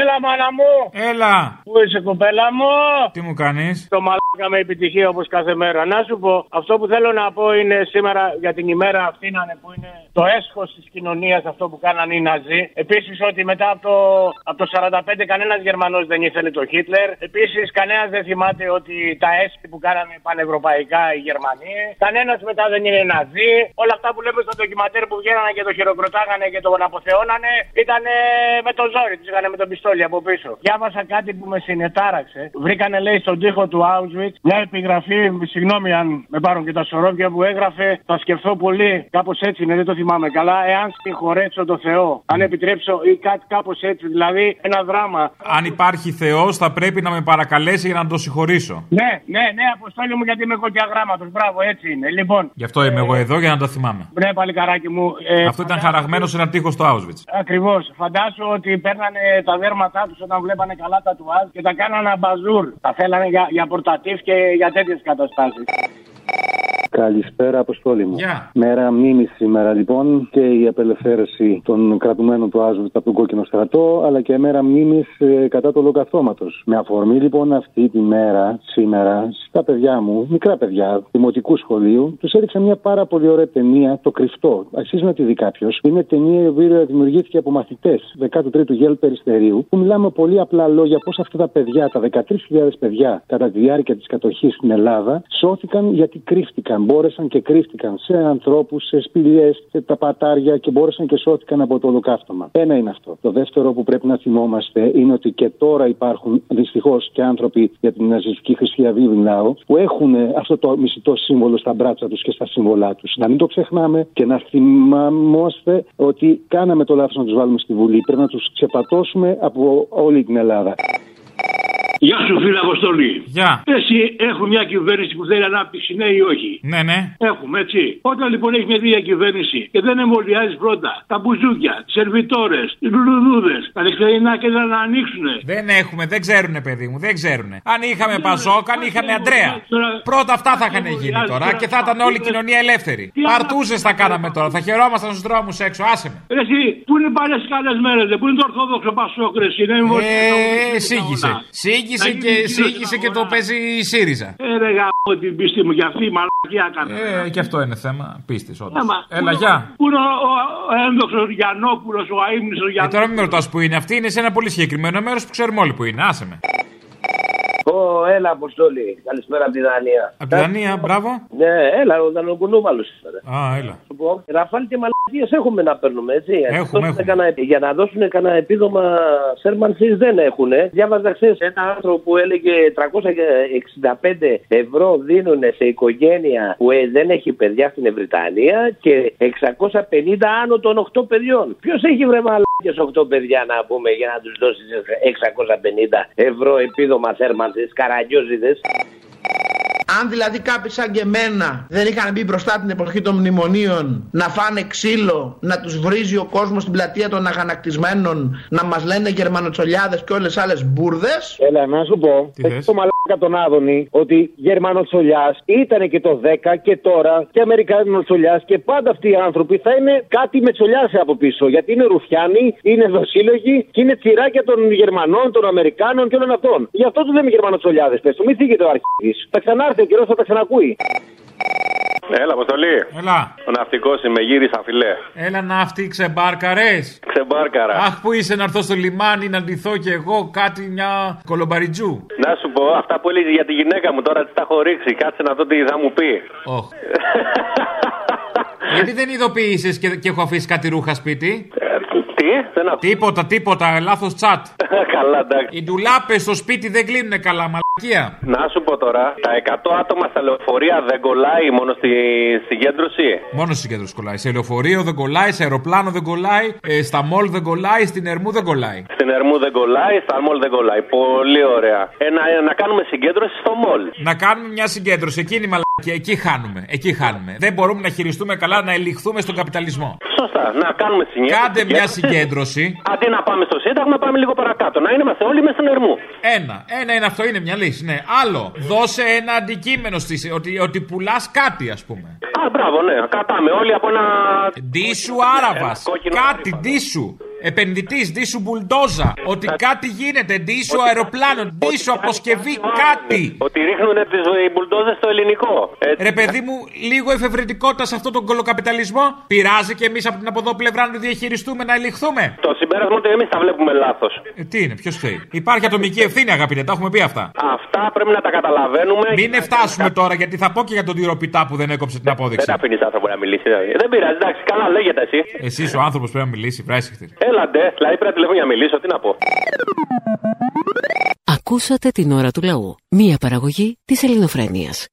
[SPEAKER 24] Έλα, μάνα μου!
[SPEAKER 2] Έλα!
[SPEAKER 24] Πού είσαι, κοπέλα μου!
[SPEAKER 2] Τι μου κάνεις.
[SPEAKER 24] Το μαλάκα με επιτυχία όπως κάθε μέρα. Να σου πω, αυτό που θέλω να πω είναι σήμερα για την ημέρα αυτή να είναι που είναι το έσχος της κοινωνίας αυτό που κάνανε οι Ναζί. Επίσης ότι μετά από το, από το 45 κανένας Γερμανός δεν ήθελε τον Χίτλερ. Επίσης κανένας δεν θυμάται ότι τα έσχη που κάνανε πανευρωπαϊκά οι Γερμανοί.
[SPEAKER 5] Ε,
[SPEAKER 24] Κανένας μετά δεν είναι Ναζί. Όλα αυτά που λέμε στο ντοκιματέρ που βγαίνανε και το χειροκροτάγανε και τον αποθεώνανε ήταν με το ζόρι, τους είχαν με τον πιστόλι από πίσω. Διάβασα κάτι που με συνετάραξε. Βρήκανε λέει στον τοίχο του Auschwitz μια επιγραφή, συγγνώμη αν με πάρουν και τα σωρόπια που έγραφε, θα σκεφτώ πολύ, κάπως έτσι είναι, δεν το θυμάμαι καλά, εάν συγχωρέσω το Θεό, αν επιτρέψω ή κάτι κάπως έτσι, δηλαδή ένα δράμα.
[SPEAKER 2] Αν υπάρχει Θεός, θα πρέπει να με παρακαλέσει για να τον συγχωρήσω.
[SPEAKER 24] Ναι, ναι, ναι, αποστόλη μου γιατί είμαι κοκκιά γράμματο, μπράβο, έτσι είναι. Λοιπόν,
[SPEAKER 2] Γι' αυτό είμαι εγώ εδώ για να τα θυμάμαι.
[SPEAKER 24] ναι, παλικαράκι μου. ε,
[SPEAKER 2] Αυτό ήταν χαραγμένος σε ένα τείχος στο Auschwitz.
[SPEAKER 24] Ακριβώς. Φαντάσου ότι παίρνανε τα δέρματά τους όταν βλέπανε καλά τα τουάζ και τα κάνανε μπαζούρ. Τα θέλανε για, για πορτατίφ και για τέτοιες καταστάσεις.
[SPEAKER 4] Καλησπέρα, Αποστόλη μου.
[SPEAKER 2] Γεια.
[SPEAKER 4] Μέρα μνήμη σήμερα λοιπόν και η απελευθέρωση των κρατουμένων του Άσβουτ από τον κόκκινο στρατό, αλλά και μέρα μνήμης κατά του ολοκαυτώματο. Με αφορμή λοιπόν αυτή τη μέρα, σήμερα, στα παιδιά μου, μικρά παιδιά δημοτικού σχολείου, τους έδειξα μια πάρα πολύ ωραία ταινία, Το Κρυφτό. Αξίζει να τη δει κάποιος. Είναι ταινία η οποία δημιουργήθηκε από μαθητές 13ου Γέλ Περιστερίου, που μιλάμε πολύ απλά λόγια πώς αυτά τα παιδιά, τα 13.000 παιδιά, κατά τη διάρκεια της κατοχής στην Ελλάδα, σώθηκαν γιατί κρύφτηκαν. Μπόρεσαν και κρύφτηκαν σε ανθρώπους, σε σπηλιές, σε τα πατάρια και μπόρεσαν και σώθηκαν από το ολοκαύτωμα. Ένα είναι αυτό. Το δεύτερο που πρέπει να θυμόμαστε είναι ότι και τώρα υπάρχουν δυστυχώς και άνθρωποι για την ναζιστική χριστιανή μιλάω, που έχουν αυτό το μισητό σύμβολο στα μπράτσα τους και στα σύμβολά τους. Να μην το ξεχνάμε και να θυμάμαστε ότι κάναμε το λάθος να τους βάλουμε στη Βουλή. Πρέπει να τους ξεπατώσουμε από όλη την Ελλάδα.
[SPEAKER 5] Γεια σου φίλε Αποστολή.
[SPEAKER 2] Γεια.
[SPEAKER 5] Εσύ έχουμε μια κυβέρνηση που θέλει ανάπτυξη, ναι ή όχι.
[SPEAKER 2] Ναι, ναι.
[SPEAKER 5] Έχουμε, έτσι. Όταν λοιπόν έχεις μια τέτοια κυβέρνηση και δεν εμβολιάζεις πρώτα τα μπουζούκια, τις σερβιτόρες, τις λουλουδούδες, τα δεξιανά και να ανοίξουν.
[SPEAKER 2] Δεν έχουμε, δεν ξέρουνε, παιδί μου, δεν ξέρουνε. Αν
[SPEAKER 5] Ναι,
[SPEAKER 2] είχαμε Πασόκ, αν είχαμε Αντρέα. Πρώτα αυτά θα είχαν γίνει
[SPEAKER 5] ναι,
[SPEAKER 2] τώρα και θα ήταν όλη η κοινωνία ελεύθερη. Παρτούζε θα κάναμε τώρα, θα χαιρόμασταν στους δρόμους έξω, άσε με.
[SPEAKER 5] Εσύ, πού είναι πάλι καλέ μέρε, πού είναι το ορθόδοξο πασόκρεση, είναι εμβολιασμένο.
[SPEAKER 2] Ε, σύγχυσε. Σύγχυσε και, σύγχυσε και το παίζει η ΣΥΡΙΖΑ.
[SPEAKER 5] Ε, ρε γάμο την πίστη μου, για αυτή η μαλακία έκανα.
[SPEAKER 2] Ε, και αυτό είναι θέμα πίστης, όντως.
[SPEAKER 5] Άμα,
[SPEAKER 2] Έλα,
[SPEAKER 5] πού-
[SPEAKER 2] γεια.
[SPEAKER 5] Πού είναι ο, ο ένδοξος Γιαννόπουλος, ο αίμνητο
[SPEAKER 2] Και Ε, τώρα
[SPEAKER 5] Γιαννόπουλο.
[SPEAKER 2] μην με ρωτάς που είναι αυτή, είναι σε ένα πολύ συγκεκριμένο μέρος που ξέρουμε όλοι που είναι. Άσε με.
[SPEAKER 25] Ω, έλα, Αποστόλη. Καλησπέρα από τη Δανία.
[SPEAKER 2] Απ' την Δανία, μπράβο.
[SPEAKER 25] Ναι, έλα, ο Δανοκουνούμαλο σήμερα.
[SPEAKER 2] Α, έλα.
[SPEAKER 25] Σου πω, Ραφάλ και μαλακίε έχουμε να παίρνουμε, έτσι.
[SPEAKER 2] Έχουμε,
[SPEAKER 25] Δώσουν κανένα- για να δώσουν κανένα επίδομα σέρμανση δεν έχουν. Διάβαζα χθες ένα άνθρωπο που έλεγε 365 ευρώ δίνουν σε οικογένεια που ε, δεν έχει παιδιά στην Βρυτανία και 650 άνω των 8 παιδιών. Ποιος έχει βρε μαλακίε 8 παιδιά να πούμε για να τους δώσεις 650 ευρώ επίδομα σέρμανση, καραγκιόζιδες.
[SPEAKER 21] Αν δηλαδή κάποιοι σαν και εμένα δεν είχαν μπει μπροστά την εποχή των μνημονίων να φάνε ξύλο, να τους βρίζει ο κόσμος στην πλατεία των αγανακτισμένων, να μας λένε γερμανοτσολιάδες και όλες άλλες μπουρδες.
[SPEAKER 15] Έλα, να σου πω. Έχει το μαλάκα τον Άδωνη ότι Γερμανοτσολιά ήταν και το 10 και τώρα και Αμερικανοτσολιά και πάντα αυτοί οι άνθρωποι θα είναι κάτι με τσολιά από πίσω. Γιατί είναι Ρουφιάνοι, είναι δοσύλλογοι και είναι τσιράκια των Γερμανών, των Αμερικάνων και όλων αυτών. Γι' αυτό τους λέμε Γερμανοτσολιάδε. Πες του, μην θίγεται ο αρχίδη. Θα ξανάρθει ο καιρός, θα τα ξανακούει.
[SPEAKER 23] Έλα, αποστολή.
[SPEAKER 2] Έλα.
[SPEAKER 23] Ο ναυτικός είμαι, γύρισα φιλέ.
[SPEAKER 2] Έλα να αυτή ξεμπάρκαρες.
[SPEAKER 23] Ξεμπάρκαρα.
[SPEAKER 2] Αχ που είσαι να έρθω στο λιμάνι να ντυθώ κι εγώ κάτι μια κολομπαριτζού.
[SPEAKER 23] Να σου πω, αυτά που έλεγες για τη γυναίκα μου τώρα τις τα έχω ρίξει. Κάτσε να δω τι θα μου πει.
[SPEAKER 2] Οχ. Γιατί δεν ειδοποίησε και, και έχω αφήσει κάτι ρούχα σπίτι.
[SPEAKER 23] Ε, Τι, δεν αφ...
[SPEAKER 2] Τίποτα, τίποτα, λάθος τσάτ.
[SPEAKER 23] <laughs> καλά, εντάξει.
[SPEAKER 2] Οι ντουλάπες στο σπίτι δεν κλείνουν καλά, μαλακία.
[SPEAKER 23] Να σου πω τώρα, τα 100 άτομα στα λεωφορεία δεν κολλάει μόνο στη συγκέντρωση.
[SPEAKER 2] Μόνο στι συγκέντρωση κολλάει. Σε λεωφορείο δεν κολλάει, σε αεροπλάνο δεν κολλάει, ε, στα μολ δεν κολλάει, στην ερμού δεν κολλάει.
[SPEAKER 23] Στην Ερμού δεν κολλάει, στα μολ δεν κολλάει. Πολύ ωραία. Ε, να, ε, να κάνουμε συγκέντρωση στο μολ.
[SPEAKER 2] Να κάνουμε μια συγκέντρωση, εκείνη η μαλακία, εκεί χάνουμε. Εκεί χάνουμε. Δεν μπορούμε να χειριστούμε καλά, να ελιχθούμε στον καπιταλισμό.
[SPEAKER 23] Σωστά, να κάνουμε συγκέντρωση.
[SPEAKER 2] Κάντε μια συγκέντρωση.
[SPEAKER 23] Αντί να πάμε στο Σύνταγμα, πάμε λίγο παρακάτω. Να είμαστε όλοι μέσα στην Ερμού.
[SPEAKER 2] Ένα. Ένα είναι αυτό, είναι μια λύση. Ναι. Άλλο. Δώσε ένα αντικείμενο στη, ότι, ότι πουλάς κάτι, ας πούμε.
[SPEAKER 23] Α, μπράβο, ναι. Κατάμε όλοι από ένα.
[SPEAKER 2] Ντίσου Άραβα. Κάτι, ντίσου. Επενδυτής, ντίσου μπουλντόζα. Ότι κάτι γίνεται, ντίσου αεροπλάνο, ντίσου αποσκευή, κάτι.
[SPEAKER 23] Ότι ρίχνουν τι μπουλντόζες στο ελληνικό. Έτσι.
[SPEAKER 2] Ρε παιδί μου, λίγο εφευρετικότητα σε αυτόν τον κολοκαπιταλισμό. Πειράζει και εμείς από την από εδώ πλευρά να το διαχειριστούμε, να ελιχθούμε.
[SPEAKER 23] Το συμπέρασμα ότι εμείς τα βλέπουμε λάθος.
[SPEAKER 2] Ε, τι είναι, ποιος θέλει. Υπάρχει ατομική ευθύνη, αγαπητέ, τα έχουμε πει αυτά.
[SPEAKER 23] Αυτά πρέπει να τα καταλαβαίνουμε.
[SPEAKER 2] Μην φτάσουμε τώρα, γιατί θα πω και για τον τυροπιτά που δεν έκοψε την απόδειξη.
[SPEAKER 23] Ναι, Δεν αφήνεις άνθρωπο να μιλήσει. δηλαδή. Δεν πειράζει, εντάξει, καλά λέγεται εσύ.
[SPEAKER 2] Εσύ ο άνθρωπος πρέπει να μιλήσει, βράσιχτη.
[SPEAKER 23] Έλατε, δηλαδή πρέπει να τηλεφωνήσω για να μιλήσω, τι να πω.
[SPEAKER 11] Ακούσατε την ώρα του λαού. Μία παραγωγή της ελληνοφρένειας.